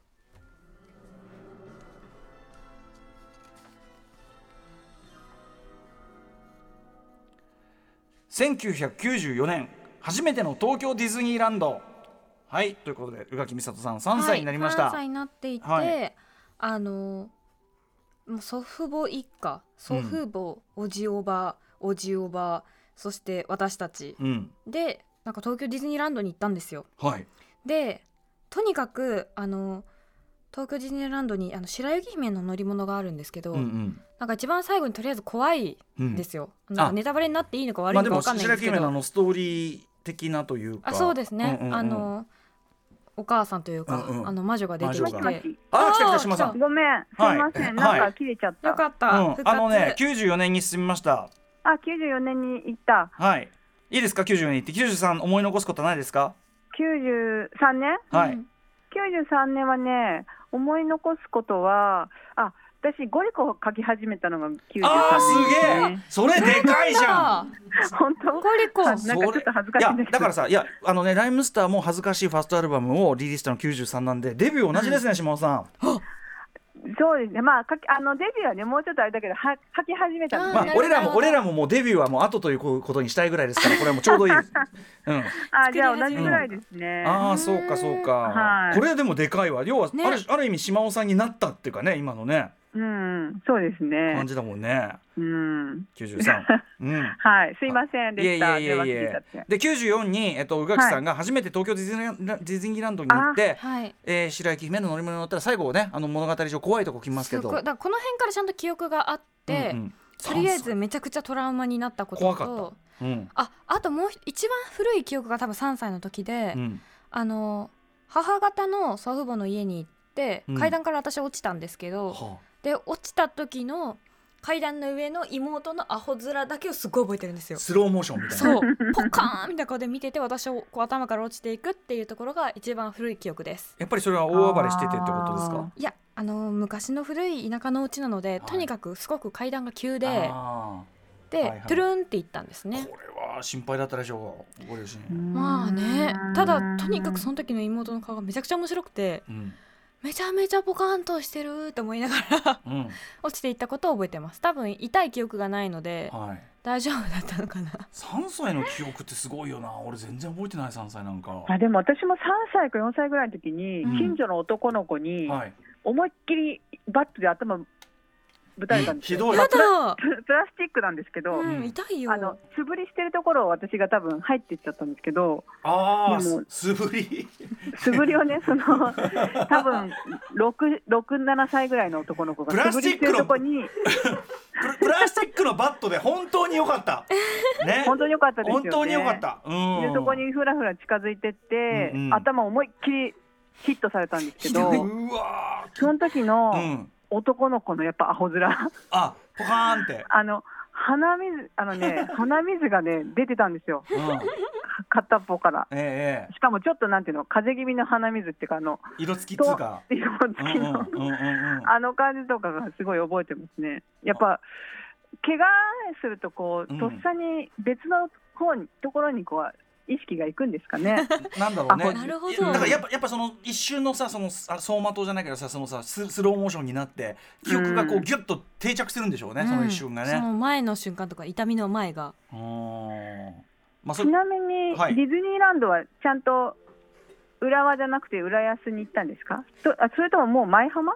Speaker 2: 1994年初めての東京ディズニーランド。はいということで宇垣美里さん3歳になりました。
Speaker 3: はい、3歳になっていて、
Speaker 2: はい
Speaker 3: あのもう祖父母一家祖父母、おじおばおじおばそして私たち
Speaker 2: うん
Speaker 3: でなんか東京ディズニーランドに行ったんですよ
Speaker 2: はい
Speaker 3: でとにかくあの東京ディズニーランドにあの白雪姫の乗り物があるんですけど、
Speaker 2: うんうん
Speaker 3: なんか一番最後にとりあえず怖い
Speaker 2: うん。
Speaker 3: ですよ、なんかネタバレになっていいのか悪い
Speaker 2: まあ
Speaker 3: の
Speaker 2: で
Speaker 3: か
Speaker 2: も
Speaker 3: 分かんないん
Speaker 2: 白
Speaker 3: です
Speaker 2: 雪
Speaker 3: け
Speaker 2: 姫
Speaker 3: ど、
Speaker 2: のあのストーリー的なというか。
Speaker 3: あそうですね、
Speaker 2: うんうんうん
Speaker 3: あのお母さんというか、
Speaker 2: うんうん
Speaker 3: あの魔女が出て
Speaker 2: 魔
Speaker 3: き
Speaker 2: 女
Speaker 3: て
Speaker 2: あ来た来
Speaker 3: あ
Speaker 2: た
Speaker 3: ー
Speaker 2: 島さん
Speaker 3: 来た。
Speaker 4: ごめん、すいません、
Speaker 2: はい
Speaker 4: なんか切れちゃった。
Speaker 3: よかった、
Speaker 2: うん
Speaker 3: 復、
Speaker 2: あ
Speaker 3: 活
Speaker 2: のね94年に進みました
Speaker 4: あ、94年に行った。
Speaker 2: はいいいですか94年って93思い残すことはないですか
Speaker 4: 93年
Speaker 2: はい、
Speaker 3: うん
Speaker 4: 93年はね、思い残すことは、あ、私ゴリコを書き始めたのが93年です、ね。
Speaker 2: あーすげえそれでか いじゃん
Speaker 3: あ
Speaker 4: 本当
Speaker 3: ゴリコ
Speaker 4: あなんかちょっと恥ずか
Speaker 2: い
Speaker 4: しい
Speaker 2: や
Speaker 4: んだけど。
Speaker 2: だからさいやあのねライムスターも恥ずかしいファーストアルバムをリリースしたの93なんでデビュー同じですね、島尾さん、
Speaker 4: そうですね。まあ書きあのデビューはねもうちょっとあれだけどは書き始めたの
Speaker 3: あ
Speaker 2: ま
Speaker 4: ね。
Speaker 3: なる、
Speaker 2: あ
Speaker 3: ほど
Speaker 2: 俺らも俺らももうデビューはもう後ということにしたいぐらいですからこれはもうちょうどいい、うん、
Speaker 4: あ、じゃあ同じぐらいですね。
Speaker 2: ああそうかそうか、
Speaker 4: はい
Speaker 2: これでもでかいわ要は、
Speaker 3: ね
Speaker 2: あるある意味島尾さんになったっていうかね今のね
Speaker 4: うん、そうですね
Speaker 2: 感。じだもんね
Speaker 4: うん、
Speaker 2: 93うん
Speaker 4: はい、すいませんで
Speaker 2: いえ
Speaker 4: し
Speaker 2: い
Speaker 4: た。
Speaker 2: えいえい
Speaker 4: 電話切れちゃ
Speaker 2: え
Speaker 4: って
Speaker 2: で94に、えっと、宇垣さんが初めて東京ディズニーランディズニーランドに行って、
Speaker 3: はい
Speaker 2: えー白雪姫の乗り物に乗ったら最後ねあの物語上怖いとこ来ますけ
Speaker 3: す
Speaker 2: ど
Speaker 3: ごいだからこの辺からちゃんと記憶があって、
Speaker 2: うんうん
Speaker 3: とりあえずめちゃくちゃトラウマになったことと
Speaker 2: 怖かうん
Speaker 3: ああともう一番古い記憶が多分3歳の時で、
Speaker 2: うん
Speaker 3: あの母方の祖父母の家に行って
Speaker 2: うん
Speaker 3: 階段から私落ちたんですけど、
Speaker 2: は
Speaker 3: で落ちた時の階段の上の妹のアホ面だけをすごい覚えてるんです
Speaker 2: あ
Speaker 3: よ。
Speaker 2: スローモーションみたいな
Speaker 3: そうポカーンみたいな顔で見てて私をこう頭から落ちていくっていうところが一番古い記憶です。
Speaker 2: やっぱりそれは大暴れしててってことですか
Speaker 3: いやあの昔の古い田舎のお家なので、
Speaker 2: い
Speaker 3: とにかくすごく階段が急で
Speaker 2: あ
Speaker 3: で、
Speaker 2: はいはい
Speaker 3: トゥルーンって行ったんです
Speaker 2: ー
Speaker 3: ね
Speaker 2: これは心配だったでしょうご両親
Speaker 3: まあねただとにかくその時の妹の顔がめちゃくちゃ面白くて
Speaker 2: うん
Speaker 3: めちゃめちゃポカンとしてると思いながら
Speaker 2: うん
Speaker 3: 落ちていったことを覚えてます多分痛い記憶がないので
Speaker 2: はい
Speaker 3: 大丈夫だったのかな
Speaker 2: 3歳の記憶ってすごいよな俺全然覚えてない3歳なんかは
Speaker 4: あでも私も3歳か4歳ぐらいの時に、
Speaker 2: うん
Speaker 4: 近所の男の子に
Speaker 2: い
Speaker 4: 思いっきりバットで頭ぶたれたんです
Speaker 2: ひ
Speaker 4: よ、
Speaker 2: どい
Speaker 3: やだ、
Speaker 4: プラスチックなんですけど、
Speaker 3: うん、痛いよ
Speaker 4: あの素振りしてるところを私が多分入っていっちゃったんですけど
Speaker 2: ああ
Speaker 4: でも
Speaker 2: 素振り
Speaker 4: 素振りをね その多分67歳ぐらいの男の子
Speaker 2: プラ
Speaker 4: が
Speaker 2: ス
Speaker 4: 素
Speaker 2: チック
Speaker 4: 振り
Speaker 2: の
Speaker 4: してるとこに
Speaker 2: プラプラスチックのバットで本当に良かった。ね。
Speaker 4: 本当に良かったですよ
Speaker 2: 本
Speaker 4: ね。
Speaker 2: 当に良かった。うん。
Speaker 4: でそこにふらふら近づいてって、
Speaker 2: うんうん
Speaker 4: 頭思いっきりヒットされたんですけど
Speaker 2: うわ
Speaker 4: その時の
Speaker 2: ー。うん。
Speaker 4: 男の子のやっぱアホ面
Speaker 2: あ、ポカーンって。
Speaker 4: あの鼻水あのね鼻水がね出てたんですよ
Speaker 2: うん。
Speaker 4: 片っぽから。
Speaker 2: えええ
Speaker 4: しかもちょっとなんていうの風邪気味の鼻水っていうかあの
Speaker 2: え。色付きっつうか。
Speaker 4: 色
Speaker 2: うんう
Speaker 4: 付
Speaker 2: ん
Speaker 4: き
Speaker 2: うん
Speaker 4: の
Speaker 2: うんうん。
Speaker 4: あの感じとかがすごい覚えてますねやっぱ怪我するとこう、
Speaker 2: うん
Speaker 4: とっさに別の方にところにこう意識がいくんですかね。
Speaker 2: なんだろうね
Speaker 4: あ
Speaker 3: なるほ
Speaker 2: だ
Speaker 3: ど
Speaker 2: からやっぱやっぱその一瞬のさそのあ走馬灯じゃないけどさそのさススローモーションになって記憶がこ
Speaker 4: う
Speaker 2: うんギュッと定着するんでしょうね、
Speaker 3: うん
Speaker 2: その一瞬が
Speaker 3: そ
Speaker 2: ね。
Speaker 3: の前の瞬間とか痛みの前が
Speaker 2: うーんまあ そ
Speaker 4: ちなみに、
Speaker 2: はい
Speaker 4: ディズニーランドはちゃんと浦和じゃなくて浦安に行ったんですかとあそれとももう舞浜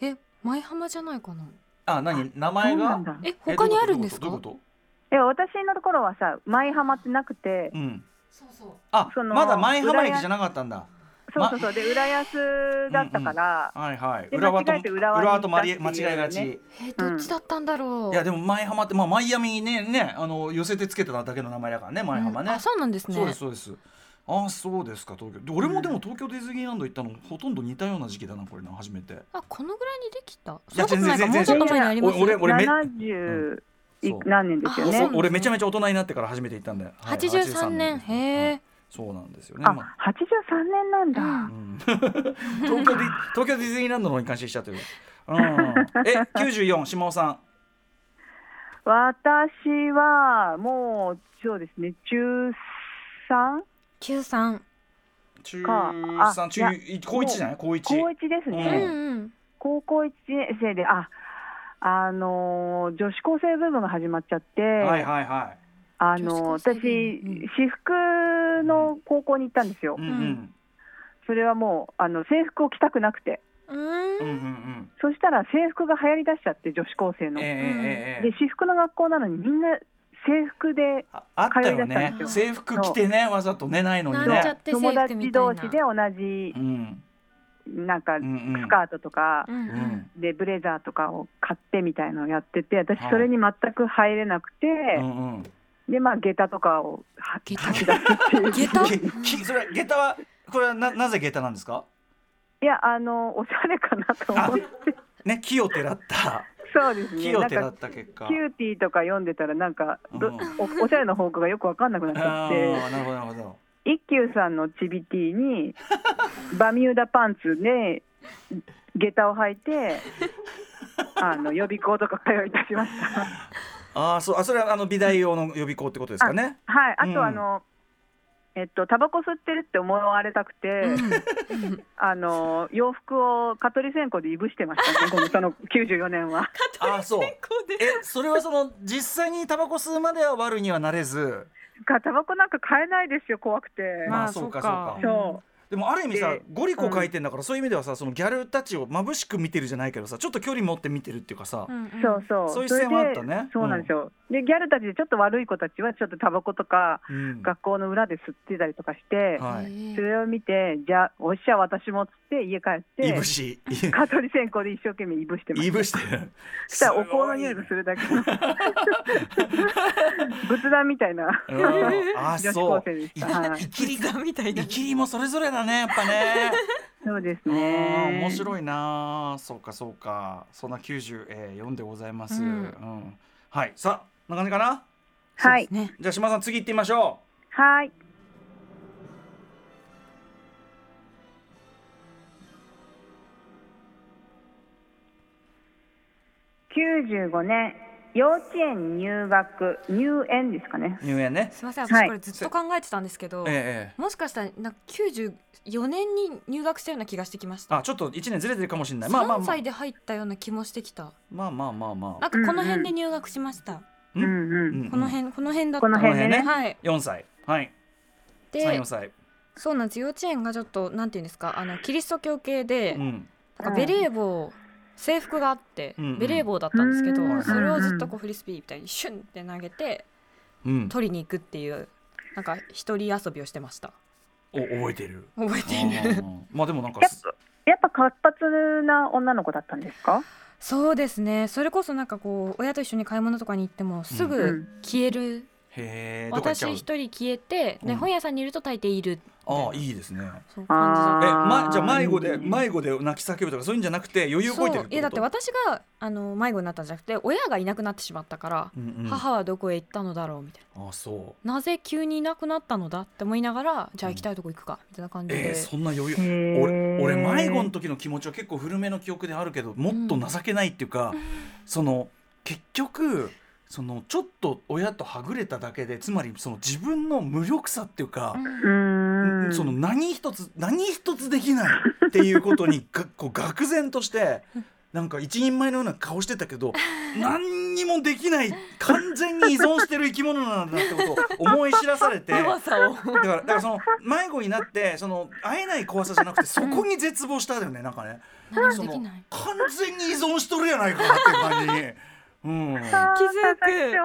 Speaker 3: え舞浜じゃないかな
Speaker 2: あ何名
Speaker 4: そ
Speaker 2: 前
Speaker 4: うな
Speaker 2: が
Speaker 4: んだ
Speaker 3: え
Speaker 2: え
Speaker 3: 他にあるんですか
Speaker 2: どういうことどういうこ
Speaker 4: いや私のところはさ舞浜ってなくて
Speaker 2: とうん
Speaker 3: そうそう
Speaker 2: あ
Speaker 4: その
Speaker 2: まだ前浜駅じゃなかったんだ
Speaker 4: そうそうそうで浦安だったから、
Speaker 2: はいはい
Speaker 4: で
Speaker 2: 浦和と
Speaker 4: 間違えて浦和に行った
Speaker 2: とまり間
Speaker 4: っていうね
Speaker 2: 違えがち、
Speaker 3: えどっちだったんだろう
Speaker 2: いやでも前浜ってまあマイアミにねねあの寄せてつけてただけの名前だからね前浜ね、
Speaker 3: うんあそうなんですね
Speaker 2: そうですそうですあそうですか東京で俺もでも東京ディズニーランド行ったのほとんど似たような時期だなこれな初めて
Speaker 3: あこのぐらいにできた
Speaker 2: いや
Speaker 3: そうでもないか
Speaker 2: 全然
Speaker 3: もうちょっと前にあります
Speaker 2: 全然
Speaker 3: よ
Speaker 2: お俺め
Speaker 4: 70い
Speaker 2: そう
Speaker 4: 何年ですよ
Speaker 3: あそう
Speaker 4: ね
Speaker 3: なんだ
Speaker 2: 俺めちゃめちゃ大人になってから初めて行ったんだよ、はい
Speaker 3: 83
Speaker 2: 83
Speaker 3: 年
Speaker 2: です
Speaker 3: へ
Speaker 2: は
Speaker 3: え
Speaker 2: いそうなんですよね
Speaker 4: あ
Speaker 2: まあ
Speaker 4: 83年なんだ、
Speaker 3: うん
Speaker 2: うん 東京ディ東京ディズニーランドの方に関心しちゃってる、うん、え94島尾さん
Speaker 4: 私はもうそうですね中 3?
Speaker 3: 九三
Speaker 2: 中
Speaker 4: か
Speaker 2: 3
Speaker 4: あ
Speaker 2: 中
Speaker 4: いや
Speaker 2: 一高1じゃない高
Speaker 4: 高
Speaker 2: 1
Speaker 4: 1です
Speaker 3: う
Speaker 2: うん
Speaker 4: ね、
Speaker 3: うん
Speaker 4: 高校1年生でああのー女子高生部分が始まっちゃって、
Speaker 2: はいはいは
Speaker 4: あ
Speaker 3: 女
Speaker 4: のー
Speaker 3: 子高生
Speaker 4: 私
Speaker 3: 部分うん
Speaker 4: 私服の高校に行ったんですよ、
Speaker 2: いうんうん
Speaker 4: それはもうあの制服を着たくなくて
Speaker 3: うーん
Speaker 2: うんうんうん
Speaker 4: そしたら制服が流行りだしちゃって女子高生の、
Speaker 2: えええええ
Speaker 4: で
Speaker 2: え
Speaker 4: 私服の学校なのにみんな制服で
Speaker 2: ああったよ
Speaker 4: 通いだ
Speaker 2: ね
Speaker 4: ったん
Speaker 3: です
Speaker 2: 制服着てねわざとねないのに
Speaker 3: なんちゃ
Speaker 2: ね
Speaker 3: ってセ
Speaker 4: 友
Speaker 3: ーフティーみ
Speaker 4: 達
Speaker 3: たいな
Speaker 4: 同士で同じ
Speaker 2: うん
Speaker 4: なんか
Speaker 2: うんうん
Speaker 4: スカートとか
Speaker 3: うん
Speaker 2: う
Speaker 3: うん
Speaker 2: ん
Speaker 4: でブレザーとかを買ってみたいのをやってて私
Speaker 2: はい
Speaker 4: それに全く入れなくて、
Speaker 2: うんうん
Speaker 4: でまあ下駄とかをは
Speaker 3: 下駄
Speaker 4: 吐 き出すっていう
Speaker 3: 下駄
Speaker 2: ききそれ下駄はこれはななぜ下駄なんですか
Speaker 4: いやあのおしゃれかなと思って
Speaker 2: ね木をてらった
Speaker 4: そうですね
Speaker 2: 木を
Speaker 4: なん
Speaker 2: てらった
Speaker 4: か
Speaker 2: 結果
Speaker 4: キューティーとか読んでたらなんかど、
Speaker 2: うん
Speaker 4: おおしゃれの方向がよく分かんなくなっちゃ
Speaker 2: あ
Speaker 4: っ
Speaker 2: ー
Speaker 4: て
Speaker 2: なるほどなるほど
Speaker 4: 一休さんのチビティにバミューダパンツで下駄を履い てあの予備校とか通い出しました。
Speaker 2: ああそうあそれはあの美大用の予備校ってことですかね
Speaker 4: はい、あ
Speaker 2: うん
Speaker 4: とあの、えっとタバコ吸ってるって思われたくて、あの洋服を蚊取り線香でいぶしてまし たね。このその94年は。
Speaker 2: ああそう えそれはその実際にタバコ吸うまでは悪にはなれず
Speaker 4: かタバコなんか買えないですよ、怖くて。
Speaker 2: ま
Speaker 3: ま
Speaker 2: あ
Speaker 3: あ
Speaker 2: そうか
Speaker 3: そうか
Speaker 2: そうか
Speaker 4: そ
Speaker 2: でもある意味さ
Speaker 4: で
Speaker 2: ゴリコ書いてんだからそういう意味ではさそのギャルたちを眩しく見てるじゃないけどさちょっと距離持って見てるっていうかさ
Speaker 3: うんう
Speaker 4: う、
Speaker 3: ん
Speaker 4: そうそう。
Speaker 2: そういう視線はあった
Speaker 4: それで
Speaker 2: ね
Speaker 4: そうなんですよ。でギャルたちでちょっと悪い子たちはちょっとタバコとか
Speaker 2: うん
Speaker 4: 学校の裏で吸ってたりとかして、
Speaker 2: は
Speaker 3: へ
Speaker 2: い
Speaker 3: え
Speaker 4: それを見てじゃあおっしゃ私もっつって家帰っ
Speaker 2: い
Speaker 4: て
Speaker 2: ぶし
Speaker 4: 蚊取り線香で一生懸命いぶしてました。
Speaker 2: いぶしてる
Speaker 4: そしたらお香の匂いがする だけの仏壇みたいな
Speaker 2: うんああ
Speaker 4: 女子
Speaker 2: そう
Speaker 4: 高生でし
Speaker 2: い
Speaker 4: た。はい
Speaker 2: い、きり
Speaker 3: 膝みたいな
Speaker 2: イキリもそれぞれだねやっぱね
Speaker 4: そうです
Speaker 2: うん
Speaker 4: ね。
Speaker 2: 面白いなそうかそうかそんな94でございます、う
Speaker 3: うんん
Speaker 2: はいさあこんな感じかな
Speaker 4: はい
Speaker 3: ね
Speaker 2: じゃあ島さん次行ってみましょ
Speaker 4: はい。95年幼稚園入学入園ですかね。
Speaker 2: う入園ね
Speaker 3: すみません
Speaker 4: は
Speaker 3: 私
Speaker 4: い
Speaker 3: これずっと考えてたんですけど、
Speaker 2: ええええ
Speaker 3: もしかしたらなんか94年に入学したような気がしてきました
Speaker 2: あちょっと一年ずれてるかもしれないまあま
Speaker 3: 3
Speaker 2: あまあ
Speaker 3: 歳で入ったような気もしてきた
Speaker 2: まあまあまあま
Speaker 3: な
Speaker 2: あ
Speaker 3: んかこの辺で入学しました、
Speaker 2: うん
Speaker 4: うんう。
Speaker 2: うんん
Speaker 3: この辺この辺だった
Speaker 4: この辺
Speaker 2: でね
Speaker 3: はい
Speaker 2: 4歳はい
Speaker 3: で
Speaker 2: 34歳
Speaker 3: そうなんです幼稚園がちょっとなんていうんですかあのキリスト教系で、
Speaker 2: うん
Speaker 3: なんかベレー帽制服があって、
Speaker 2: うんうん
Speaker 3: ベレー帽だったんですけど、
Speaker 4: うん
Speaker 3: それをずっとこうフリスビーみたいにシュンって投げて
Speaker 2: うん
Speaker 3: 取りに行くっていうなんか一人遊びをしてました
Speaker 2: お覚えてる
Speaker 3: 覚えている
Speaker 2: うんまあでもなんか
Speaker 4: やっぱやっぱ活発な女の子だったんですか？
Speaker 3: そうですねそれこそなんかこう親と一緒に買い物とかに行ってもすぐ消える、
Speaker 2: へえどっか行っ
Speaker 3: 私
Speaker 2: ちゃう
Speaker 3: 一人消えて、
Speaker 2: うん
Speaker 3: で本屋さんにいると大抵いる
Speaker 2: ああいいですね
Speaker 3: そう感じだっ
Speaker 2: え
Speaker 3: た
Speaker 2: まじゃあ迷子
Speaker 4: い
Speaker 2: で
Speaker 4: いね
Speaker 2: 迷子で泣き叫ぶとかそういうんじゃなくて余裕こ
Speaker 3: そ
Speaker 2: いてるっ
Speaker 3: うい
Speaker 2: て
Speaker 3: やだっ
Speaker 2: こ
Speaker 3: て
Speaker 2: と
Speaker 3: 私があの迷子になったんじゃなくて親がいなくなってしまったから、
Speaker 2: うんうん
Speaker 3: 母はどこへ行ったのだろうみたい
Speaker 2: あそう
Speaker 3: ななぜ急にいなくなったのだって思いながらじゃあ行きたいとこ行くかみたいな感じで、
Speaker 2: えー、そんな余裕
Speaker 4: へー
Speaker 2: 俺俺迷子の時の気持ちは結構古めの記憶であるけどもっと情けないっていうか、その結局そのちょっと親とはぐれただけでつまりその自分の無力さっていうか、
Speaker 5: うーん
Speaker 2: その何一つ何一つできないっていうことにが こう愕然としてなんか一人前のような顔してたけ ど何にもできない完全に依存してる生き物なんだってことを思い知らさ れて。
Speaker 3: 弱さを
Speaker 2: だからだからその迷子になってその会えない怖さじゃなくてそこに絶望したんだよねなんかね
Speaker 3: 何
Speaker 2: そ
Speaker 3: もで
Speaker 2: の
Speaker 3: き
Speaker 2: 完
Speaker 3: ない
Speaker 2: 全に依存しとるやないかっていう感じに。うん、佐
Speaker 5: あー
Speaker 3: 気づく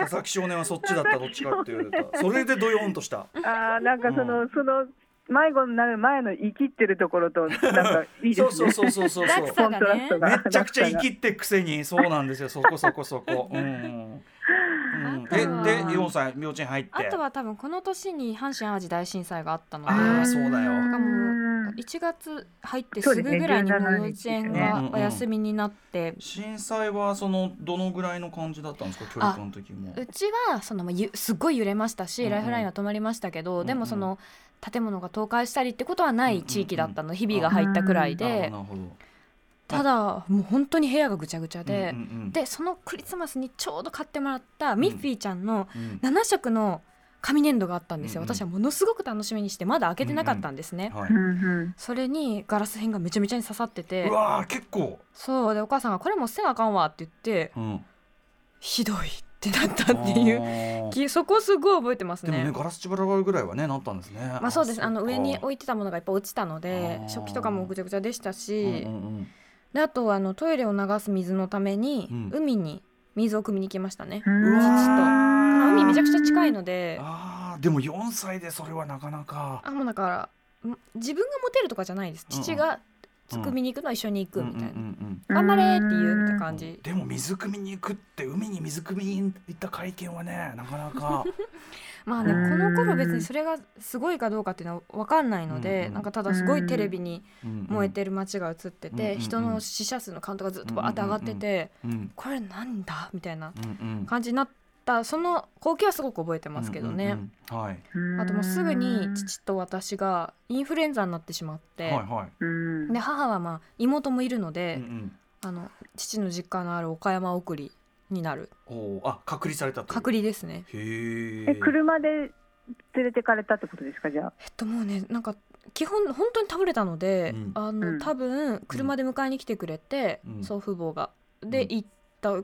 Speaker 5: 佐々木少年
Speaker 2: 々木少年はそっちだったどっちかっていうとそれでドヨンとした
Speaker 5: あーなんかその、その迷子になる前の生きってるところとなんかいいです
Speaker 2: そ
Speaker 5: ね。
Speaker 2: うそうそうそうそうそう
Speaker 3: 落差
Speaker 5: コント ラストが。
Speaker 2: めちゃく ちゃ
Speaker 5: 落差
Speaker 2: 生
Speaker 5: が
Speaker 2: きってく せにそうなんですよそこそこそこうん、うん、
Speaker 3: あ
Speaker 2: で
Speaker 3: とは
Speaker 2: で4歳幼稚園入って
Speaker 3: あとは多分この年に阪神・淡路大震災があったので
Speaker 2: あーそうだよ
Speaker 5: ーん
Speaker 3: なんかも1月入ってすぐぐらいにもう幼稚園
Speaker 2: そうですね
Speaker 3: がお休みになって
Speaker 2: 震災はそのどのぐらいの感じだったんですか距離感の時も
Speaker 3: うちはそのまあゆすっごい揺れました
Speaker 2: うん
Speaker 3: し
Speaker 2: うん
Speaker 3: ライフラインは止まりましたけ
Speaker 2: んう
Speaker 3: ど
Speaker 2: ん
Speaker 3: でもその建物が倒壊したりってことはない地域だったのひびが入ったくらい
Speaker 2: なる
Speaker 3: で
Speaker 2: ほどなるほ
Speaker 3: ただもう本当に部屋がぐちゃぐちゃ
Speaker 2: ど
Speaker 3: で
Speaker 2: うんうんうん
Speaker 3: でそのクリスマスにちょうど買ってもらったミッフィーちゃんの
Speaker 2: うん
Speaker 3: 7色の紙粘土があったんですよ
Speaker 2: うんうん
Speaker 3: 私はものすごく楽しみにしてまだ開けてなかったんですね
Speaker 2: は
Speaker 5: う
Speaker 2: い、
Speaker 5: んうん
Speaker 3: それにガラス片がめちゃめちゃに刺さってて
Speaker 2: うわー結構、
Speaker 3: そうでお母さんが「これもう捨てなあかんわ」って言って
Speaker 2: うん、っ
Speaker 3: ひどいってなったっていうきそこすごい覚えてます
Speaker 2: でもね
Speaker 3: ね。
Speaker 2: ガラスばらばるぐらいはねなったんですね
Speaker 3: まあそうですあの上に
Speaker 2: い
Speaker 3: 置いてたものがいっぱい落ちたので
Speaker 2: あー
Speaker 3: 食器とかもぐちゃぐちゃでした
Speaker 2: て
Speaker 3: し、であとはあのトイレを流す水のために、
Speaker 2: うん
Speaker 3: 海に水を汲みに行きましたね。
Speaker 5: う
Speaker 3: 父と
Speaker 5: わー
Speaker 3: 海めちゃくちゃ近いので
Speaker 2: あーでも4歳でそれはなかなか
Speaker 3: あもうだからん自分がモテるとかじゃないです
Speaker 2: うんうん
Speaker 3: 父が汲みに行くのは一緒に行くみたいな、
Speaker 2: うんうんうんうん
Speaker 3: 頑張れーっていうみたいな感じ、
Speaker 2: でも水汲みに行くって海に水汲みに行った会見はねなか なか
Speaker 3: まあね、
Speaker 5: うん
Speaker 3: この頃別にそれがすごいかどうかっていうのは分かんないので、
Speaker 2: うん
Speaker 3: なんかただすごいテレビに燃え、てる街が映ってて、
Speaker 2: うん
Speaker 3: 人の死者数のカウントがずっとバーって上がってて、
Speaker 2: うんうん
Speaker 3: これなんだみたいな
Speaker 2: うんうん、
Speaker 3: 感じになったその光景はすごく覚えてますけどね、
Speaker 2: うんうんうんはい、
Speaker 3: あともうすぐに。父と私がインフルエンザになってしまって、
Speaker 2: はいはい
Speaker 5: うん
Speaker 3: で母はまあ妹もいるので、
Speaker 2: うんうん
Speaker 3: あの父の実家のある岡山送りになる
Speaker 2: おーあ隔離されたという
Speaker 3: 隔離ですね。
Speaker 2: へ
Speaker 5: え
Speaker 2: え
Speaker 5: 車で連れてかれたってことですかじゃあ。
Speaker 3: えっともうねなんか基本本当に倒れたので、
Speaker 2: うん
Speaker 3: あ
Speaker 5: うん
Speaker 3: の多分車で迎えに来てくれて、
Speaker 2: うん
Speaker 3: 祖父母が
Speaker 2: う
Speaker 3: で
Speaker 2: ん
Speaker 3: 行った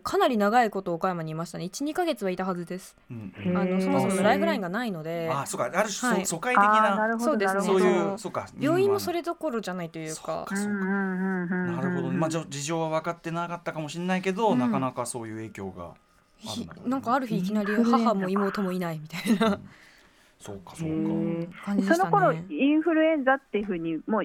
Speaker 3: かなり長いこと岡山にいましたね12ヶ月はいたはずです
Speaker 2: うん
Speaker 3: あ
Speaker 2: うん
Speaker 5: へ
Speaker 3: の
Speaker 5: ー
Speaker 3: そもそもライフラインがないので
Speaker 2: あそうかある種、
Speaker 3: はい
Speaker 2: そ疎開的
Speaker 5: ああな
Speaker 2: な
Speaker 5: るほ
Speaker 3: そ
Speaker 5: ど
Speaker 3: うです
Speaker 5: なる
Speaker 3: ね
Speaker 5: ほ
Speaker 2: そう
Speaker 5: ど。
Speaker 2: いう
Speaker 3: あ
Speaker 2: そうか
Speaker 3: 病院もそ
Speaker 2: れ
Speaker 3: れどころじゃないというか
Speaker 2: そうかな
Speaker 5: な
Speaker 2: るほどねまあじゃあ事情は分かってなかったかもしれないけど、
Speaker 3: うん
Speaker 2: なかなかそういう影響 が、
Speaker 3: ひ
Speaker 2: あるんだ
Speaker 3: なんかある日いきなり
Speaker 5: インフルエンザか
Speaker 3: 母も妹もいないみたいな
Speaker 2: そうか
Speaker 5: へ
Speaker 2: そう
Speaker 5: ー
Speaker 2: か
Speaker 3: 感じで
Speaker 5: そ
Speaker 3: し
Speaker 5: の
Speaker 3: た
Speaker 5: 頃
Speaker 3: ね。
Speaker 5: インフルエンザっていうふうにもう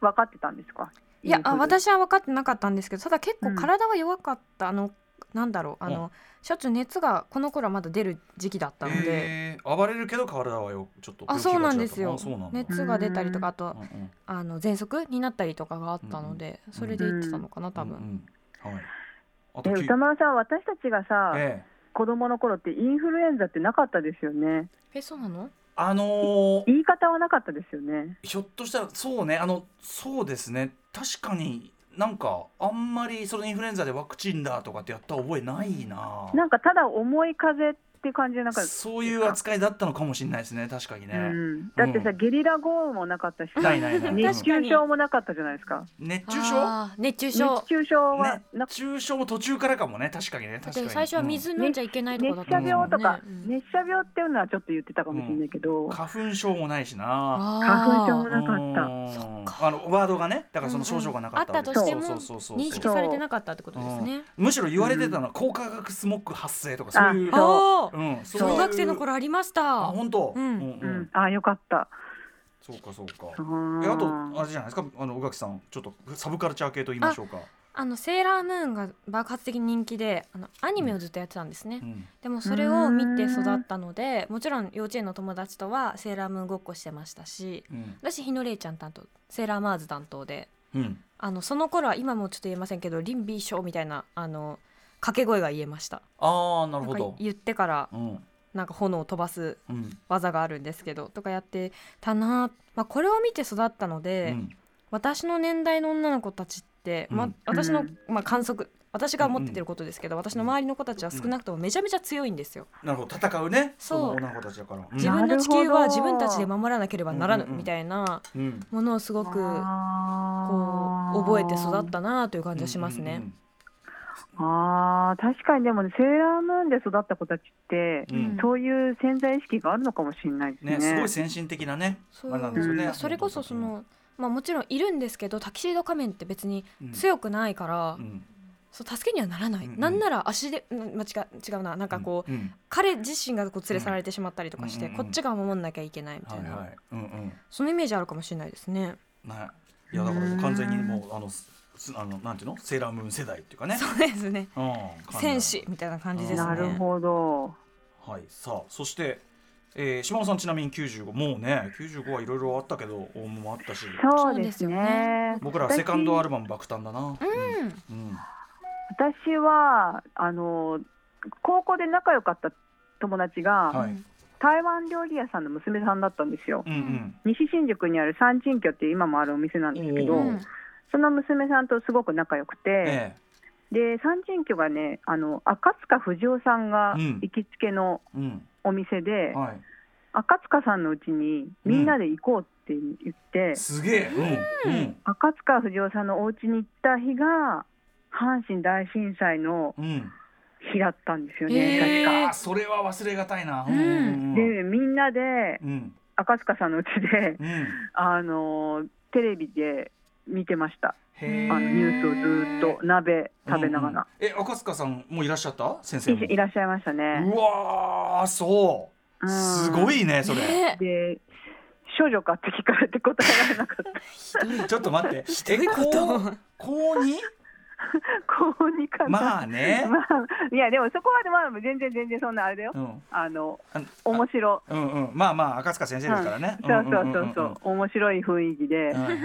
Speaker 5: 分かってたんですか。
Speaker 3: いやあ
Speaker 5: インフル
Speaker 3: 私は分かってなかったんですけどただ結
Speaker 5: う
Speaker 3: 構
Speaker 5: ん
Speaker 3: 体は弱かった、あのなんだろうあの、しょっちゅう熱がこの頃はまだ出る時期だったので。
Speaker 2: えー、暴れるけど体はよちょっと
Speaker 3: あ
Speaker 2: 病気が
Speaker 3: そうなん
Speaker 2: ちだ
Speaker 3: で
Speaker 2: った
Speaker 3: すよ
Speaker 2: あそうなんだ、
Speaker 3: 熱が出たりとかあ
Speaker 2: う
Speaker 3: と
Speaker 2: んうん
Speaker 3: あの喘息になったりとかがあったので、それで言ってたのかな多分、
Speaker 2: うんうんはいあ
Speaker 5: え
Speaker 2: とき
Speaker 5: 歌丸さん私たちがさ、
Speaker 2: ええ
Speaker 5: 子供の頃ってインフルエンザってなかったですよね。
Speaker 3: えそうなの
Speaker 2: あのー
Speaker 5: 言い方はなかったですよね。
Speaker 2: ひょっとしたらそうねあのそうですね確かになんかあんまりそのインフルエンザでワクチンだとかってやった覚えないな
Speaker 5: なんかただ重い風邪って感じでなんか。
Speaker 2: そういう扱いだったのかもしれないですね確かに
Speaker 5: う
Speaker 2: ね、
Speaker 5: ん、だってさ、
Speaker 2: うん
Speaker 5: ゲリラ豪雨もなかったし
Speaker 2: ないないない
Speaker 5: 熱中症もなかったじゃないですか
Speaker 2: 熱中症
Speaker 3: あー熱中
Speaker 5: 熱
Speaker 3: 症
Speaker 5: 中症は
Speaker 2: 熱
Speaker 5: な
Speaker 2: 中症も途中からかもね確かにね
Speaker 3: だっ
Speaker 2: 確か
Speaker 3: て
Speaker 2: に
Speaker 3: 最初は、水飲んじゃいけないと
Speaker 5: 熱
Speaker 3: かだっ
Speaker 5: 射
Speaker 3: たもんね
Speaker 5: 病とか、
Speaker 3: うん
Speaker 5: 熱射病っていうのはちょっと言ってたかもしれないけど、
Speaker 2: うん花粉症もないしな
Speaker 5: 花粉症
Speaker 3: あ
Speaker 5: もなかった
Speaker 2: うん
Speaker 3: そっ
Speaker 2: あのワードがねだからその症状がなかったわけ、
Speaker 3: うんうん
Speaker 5: あった
Speaker 3: としても
Speaker 2: そうそ
Speaker 3: ー
Speaker 2: うそう
Speaker 3: 認
Speaker 2: そう
Speaker 3: 識されてなかったってことですね、
Speaker 2: むしろ言われてたのは高化学スモッグ発生とかそういう
Speaker 5: うんあ
Speaker 3: ああ
Speaker 2: うんそういう
Speaker 3: 小学生の頃ありまし
Speaker 2: あ
Speaker 3: た
Speaker 2: 本当、
Speaker 3: うん
Speaker 2: うん
Speaker 5: う
Speaker 2: うんん
Speaker 5: あよかった
Speaker 2: そうかそうか
Speaker 5: あ
Speaker 2: え
Speaker 5: ー
Speaker 2: あとあれじゃないですかあの宇垣さんちょっとサブカルチャー系と言いましょうか、
Speaker 3: あのセーラームーンが爆発的に人気であのアニメをずっとやってたんですね、
Speaker 2: うん、
Speaker 3: でもそれを見て育ったのでもちろん幼稚園の友達とはセーラームーンごっこしてましたし
Speaker 2: うん
Speaker 3: 私日野レイちゃん担当セーラーマーズ担当で
Speaker 2: うん、
Speaker 3: あのその頃は今もちょっと言えませんけど「リンビーショー」みたいなあの掛け声が言えました
Speaker 2: ああなるほ
Speaker 3: なんか
Speaker 2: ど
Speaker 3: 言ってから
Speaker 2: うん
Speaker 3: なんか炎を飛ばす
Speaker 2: うん
Speaker 3: 技があるんですけどとかやってたな、まあ、これを見て育ったの
Speaker 2: う
Speaker 3: で、
Speaker 2: ん
Speaker 3: 私の年代の女の子たちって、ま
Speaker 2: う
Speaker 3: あ
Speaker 2: ん、
Speaker 3: 私
Speaker 5: う
Speaker 3: の
Speaker 5: ん、
Speaker 3: まあ、観測私が思っててることですけど、私の周りの子たちは少なくともめちゃめちゃ強いんですよ。
Speaker 2: なるほど戦うね
Speaker 3: そう
Speaker 2: の女の子たちだから、うん
Speaker 3: 自分の地球は
Speaker 4: なるほ
Speaker 3: 自
Speaker 4: ど
Speaker 3: 分たちで守らなければならぬ
Speaker 2: うんうんうん
Speaker 3: みたいな
Speaker 2: うん
Speaker 3: ものをすごくこう覚えて育ったなという感じがしますね。
Speaker 4: あー確かにでもねセーラームーンで育った子たちって、
Speaker 2: うんうんうんうん
Speaker 4: そういう潜在意識があるのかもしれないですね。
Speaker 2: ねすごい先進的なね
Speaker 3: そう
Speaker 2: あれなんですよね、
Speaker 4: うん
Speaker 3: それこそその、まあ、もちろんいるんですけどタキシード仮面って別に
Speaker 2: うん
Speaker 3: 強くないから、
Speaker 2: うん
Speaker 3: そう助けにはならない、
Speaker 2: うんうん
Speaker 3: なんなら足で、うんまあ、違う違うななんかこう、
Speaker 2: うんうん
Speaker 3: 彼自身がこう連れ去られてしまったりとかして、
Speaker 2: うんうんう
Speaker 3: こ
Speaker 2: ん
Speaker 3: っちが守んなきゃいけないみた
Speaker 2: はいい
Speaker 3: な、
Speaker 2: はいうんうん
Speaker 3: そのイメージあるかもしれないですね。
Speaker 2: ねいやだからもう完全にもうあのすすあのなんていうのセーラームーン世代っていうかね
Speaker 3: そうですね
Speaker 2: うん感じだ
Speaker 3: 戦士みたいな感じですね。
Speaker 4: なるほど。
Speaker 2: はいさあそして、えー、島尾さんちなみに95もうね95はいろいろあったけどオウムもあったし
Speaker 4: そう
Speaker 3: そう
Speaker 4: です
Speaker 3: ですよ
Speaker 4: ね。
Speaker 2: 僕らはセカンドアルバム爆誕だな
Speaker 3: うん、
Speaker 2: うん、うん
Speaker 4: 私はあの高校で仲良かった友達が、
Speaker 2: はい
Speaker 4: 台湾料理屋さんの娘さんだったんですよ。
Speaker 2: うん
Speaker 4: 西新宿にある三珍居っていう今もあるお店なんですけど、
Speaker 2: おう
Speaker 3: うん
Speaker 4: その娘さんとすごく仲良くて、
Speaker 2: え
Speaker 4: で三珍居がねあの赤塚不二夫さんが
Speaker 2: うん
Speaker 4: 行きつけの
Speaker 2: えうん
Speaker 4: お店で、
Speaker 2: はい
Speaker 4: 赤塚さんのうちにみんなで行こうって言って、
Speaker 2: すげえうんうん
Speaker 4: 赤塚不二夫さんのお家に行った日が阪神大震災の
Speaker 2: うん
Speaker 4: 日だったんですよ
Speaker 3: へー
Speaker 4: ね、確か。
Speaker 2: あーそれは忘れがたいなうんうん
Speaker 4: でみんなで
Speaker 2: うん
Speaker 4: 赤塚さんのうちで、
Speaker 2: うんうん
Speaker 4: あのテレビで見てました
Speaker 2: へ
Speaker 4: あ
Speaker 2: ー
Speaker 4: のニュースをずっと鍋食べながら、
Speaker 2: うんうんえ赤塚さんもいらっしゃった先生も
Speaker 4: いいらっしゃいましたね。
Speaker 2: うわーそううんすごいねそれ、
Speaker 3: ね
Speaker 4: で少女かって聞かれて答えられなか った。
Speaker 2: ちょっと待ってえ高高二
Speaker 4: 高二かな。
Speaker 2: まあね
Speaker 4: まあいやでもそこまでまあ全然全然そんなあれだよ。
Speaker 2: うん
Speaker 4: あの
Speaker 2: あ
Speaker 4: 面白。
Speaker 2: うんうんまあまあ赤塚先生ですからね、
Speaker 4: うんそうそうそうそ
Speaker 2: んんんん
Speaker 4: う面白い雰囲気で
Speaker 2: う。んはい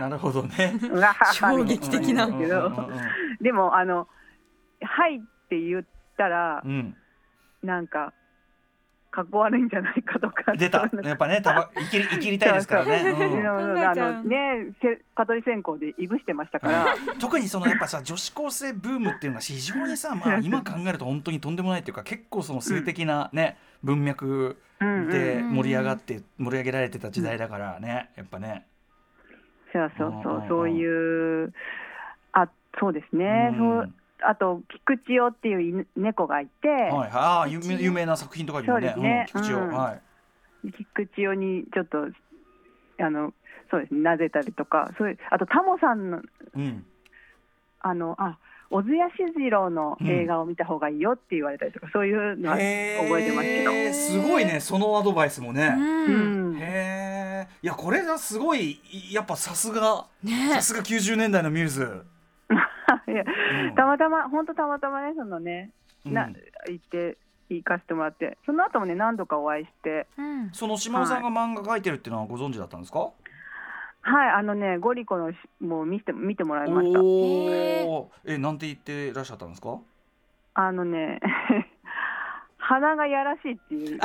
Speaker 2: なるほどね
Speaker 4: うわはは
Speaker 3: 衝撃的な
Speaker 4: み
Speaker 2: うん
Speaker 4: たいなんだけど、でもあのはいって言ったら
Speaker 2: うんうん
Speaker 4: なんか格好悪いんじゃないかとか。
Speaker 2: 出た
Speaker 4: そういうの
Speaker 2: やっぱねたば生きり生きりたいですからね
Speaker 4: そういう
Speaker 2: うん
Speaker 4: の
Speaker 3: 考
Speaker 4: あ
Speaker 3: えちゃ
Speaker 4: の
Speaker 3: う
Speaker 4: ねせ蚊取り線香でいぶしてましたから。
Speaker 2: 特にそのやっぱさ女子高生ブームっていうのが非常にさ、まあ、今考えると本当にとんでもないっていうか結構その性的なね、文脈
Speaker 4: うんうん
Speaker 2: で盛り上がって盛り上げられてた時代だからねやっぱね
Speaker 4: そうそう
Speaker 2: うんう
Speaker 4: そ
Speaker 2: んう、
Speaker 4: うんそういう、あ、そうですね。
Speaker 2: うん
Speaker 4: そうあと菊池雄っていう犬猫がいて、
Speaker 2: はいはい、ああ有名有名な作品とかにもね
Speaker 4: そうですね
Speaker 2: うん、菊池を、
Speaker 4: うん
Speaker 2: はい
Speaker 4: 菊池雄にちょっとあのそうですね、なぜたりとか、そういうあとタモさんの
Speaker 2: うん、
Speaker 4: あのあ小津安二郎の映画を見た方がいいよって言われたりとか、そういうのは、覚えてますけど
Speaker 2: へーすごいねそのアドバイスも
Speaker 3: う
Speaker 2: ね、
Speaker 3: ん
Speaker 4: うん、
Speaker 2: へえいやこれがすごいいやっぱさすが
Speaker 3: ね
Speaker 2: さすが90年代のミューズ、う
Speaker 4: いや
Speaker 2: ん
Speaker 4: たまたま本当たまたまねそのね、な
Speaker 2: うん
Speaker 4: 行って行かせてもらって、その後もね何度かお会いして、
Speaker 3: うん
Speaker 2: その島尾さんが漫画描いてるっていうのはご存知だったんですか、
Speaker 4: はいあのねゴリコのしもう見て見てもらいました。
Speaker 2: おーえなんて言ってらっしゃったんですか
Speaker 4: あのね、 鼻がやらしいっていう。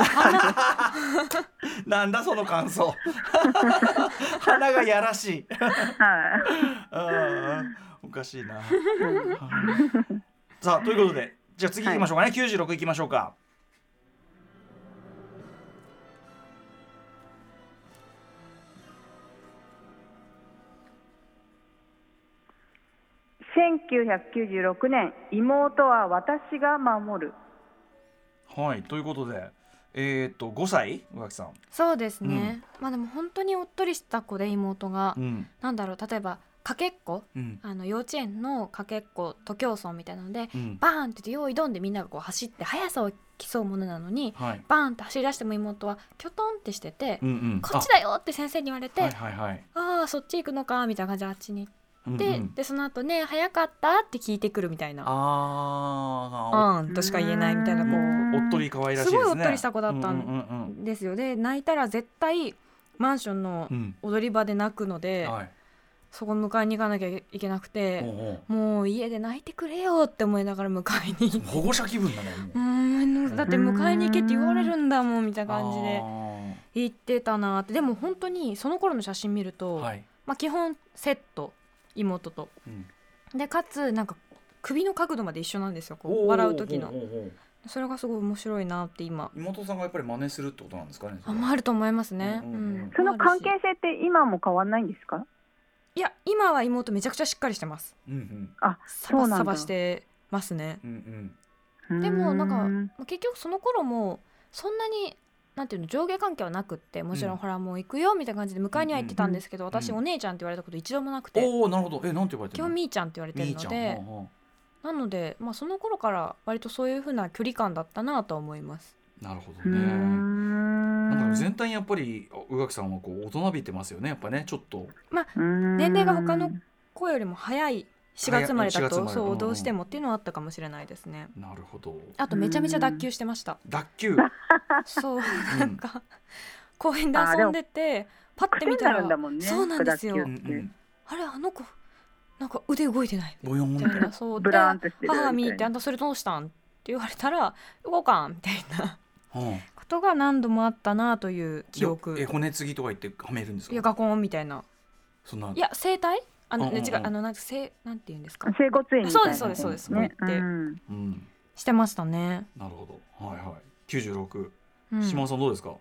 Speaker 2: なんだその感想 鼻がやらしい
Speaker 4: は
Speaker 2: あーおかしいなさあということでじゃあ次行きましょうかね、96行きましょうか
Speaker 4: い。1996年、妹は私が守る。
Speaker 2: はいということでえっ、と5歳宇垣さん、
Speaker 3: そうですね、まあでも本当におっとりした子で妹が、
Speaker 2: うん
Speaker 3: なんだろう例えばかけっこ
Speaker 2: うん
Speaker 3: あの幼稚園のかけっこ徒競走みたいなので
Speaker 2: うん、
Speaker 3: バーンって言って用意どんでみんながこう走って速さを競うものなのに
Speaker 2: はい、
Speaker 3: バーンって走り出しても妹はきょとんってしてて、
Speaker 2: うんうん、
Speaker 3: こっちだよって先生に言われて、
Speaker 2: あはいはいはい
Speaker 3: ああそっち行くのかみたいな感じであっちに行
Speaker 2: うんう
Speaker 3: っ
Speaker 2: ん
Speaker 3: て、でその後ね早かったって聞いてくるみたいな
Speaker 2: あ
Speaker 3: あーんとしか言えないみたいな
Speaker 2: あ
Speaker 3: 子
Speaker 2: もうおっとり可愛らしいですね
Speaker 3: すごいおっとりした子だった
Speaker 2: うん
Speaker 3: ん
Speaker 2: うんうん
Speaker 3: ですよで泣いたら絶対マンションの
Speaker 2: うん
Speaker 3: 踊り場で泣くの
Speaker 2: う
Speaker 3: で、
Speaker 2: んはい
Speaker 3: そこ迎えに行かなきゃいけなくて。
Speaker 2: おうおう
Speaker 3: もう家で泣いてくれよって思いながら迎えに行って
Speaker 2: 保護者気分だねもう
Speaker 3: うーんだって迎えに行けって言われるんだもんみたいな感じで
Speaker 2: あー
Speaker 3: 行ってたなってでも本当にその頃の写真見ると、
Speaker 2: はい、
Speaker 3: まあ、基本セット妹と
Speaker 2: うん
Speaker 3: でかつなんか首の角度まで一緒なんですよこ
Speaker 2: おー
Speaker 3: う笑う時の
Speaker 2: ほうほうほう
Speaker 3: それがすごい面白いなって今
Speaker 2: 妹さんがやっぱり真似するってことなんですかねそ
Speaker 3: あ
Speaker 2: れは
Speaker 3: まああると思いますね、
Speaker 2: う
Speaker 3: うんん
Speaker 2: うんうん
Speaker 4: その関係
Speaker 3: ある
Speaker 4: 性って今も変わんないんですか
Speaker 3: しいや今は妹めちゃくちゃしっかりしてます
Speaker 2: うんうん
Speaker 3: サバ
Speaker 4: そうなんだ
Speaker 3: サバしてますね
Speaker 2: うんうん
Speaker 4: で
Speaker 3: でもなんかまあ結局その頃もそんなになんていうの上下関係はなくってもちろ
Speaker 2: うん
Speaker 3: んほらもう行くよみたいな感じで迎えには行ってたんですけど、
Speaker 2: んうん
Speaker 3: 私お姉ちゃんって言われたこと一度もなくて、
Speaker 2: おおなるほどえなんて呼ばれて
Speaker 3: 基
Speaker 2: るの
Speaker 3: 本みーちゃんって言われてる
Speaker 2: みー
Speaker 3: の
Speaker 2: ちゃん
Speaker 3: で
Speaker 2: うんうん
Speaker 3: なので、まあ、その頃から割とそういう風な距離感だったなとは思います
Speaker 2: なるほど
Speaker 4: うー
Speaker 2: ね
Speaker 4: ん
Speaker 2: なんか全体にやっぱりあ宇垣さんはこう大人びてますよねやっぱねちょっと
Speaker 3: 年齢が他の声よりも早い4月生まれだ
Speaker 2: 4月生ま
Speaker 3: と
Speaker 2: れ
Speaker 3: そ
Speaker 2: うんう
Speaker 3: うんどうしてもっていうのはあったかもしれないですね
Speaker 2: なるほど
Speaker 3: あとめちゃめちゃ脱臼してました
Speaker 2: 脱臼
Speaker 3: そうなんか公園で遊んでてパッて
Speaker 4: 癖
Speaker 3: 見
Speaker 4: に
Speaker 3: た
Speaker 4: なるんだ
Speaker 3: ら
Speaker 4: もんね
Speaker 3: そうなんですよ
Speaker 4: 脱
Speaker 2: う
Speaker 4: 臼
Speaker 2: ん
Speaker 4: っ
Speaker 2: う
Speaker 4: て
Speaker 2: ん
Speaker 3: あれあの子なんか腕動いてない
Speaker 2: ボヨーンっ
Speaker 3: み
Speaker 2: て
Speaker 3: たいなそう
Speaker 4: ブ
Speaker 3: で
Speaker 4: ラーンとしてるみたいな
Speaker 3: 母が見て「あんたそれどうしたん?」って言われたら「動かん」みたいな
Speaker 2: うん
Speaker 3: ことが何度もあったなという記憶
Speaker 2: え骨継ぎとか言ってはめるんです
Speaker 3: いや
Speaker 2: か
Speaker 3: ガコンみたいな
Speaker 2: そんない
Speaker 3: や整体あの、ね
Speaker 2: うんうんうん
Speaker 3: 違うあのなんかせいなんて言うんですか
Speaker 4: 整骨院みたいな
Speaker 3: そうですそうですそうです
Speaker 4: ね
Speaker 3: こうやって
Speaker 4: うん
Speaker 2: うん
Speaker 3: してましたね、
Speaker 2: なるほどはいはい九十六
Speaker 3: うん、
Speaker 2: 島尾さんどうですか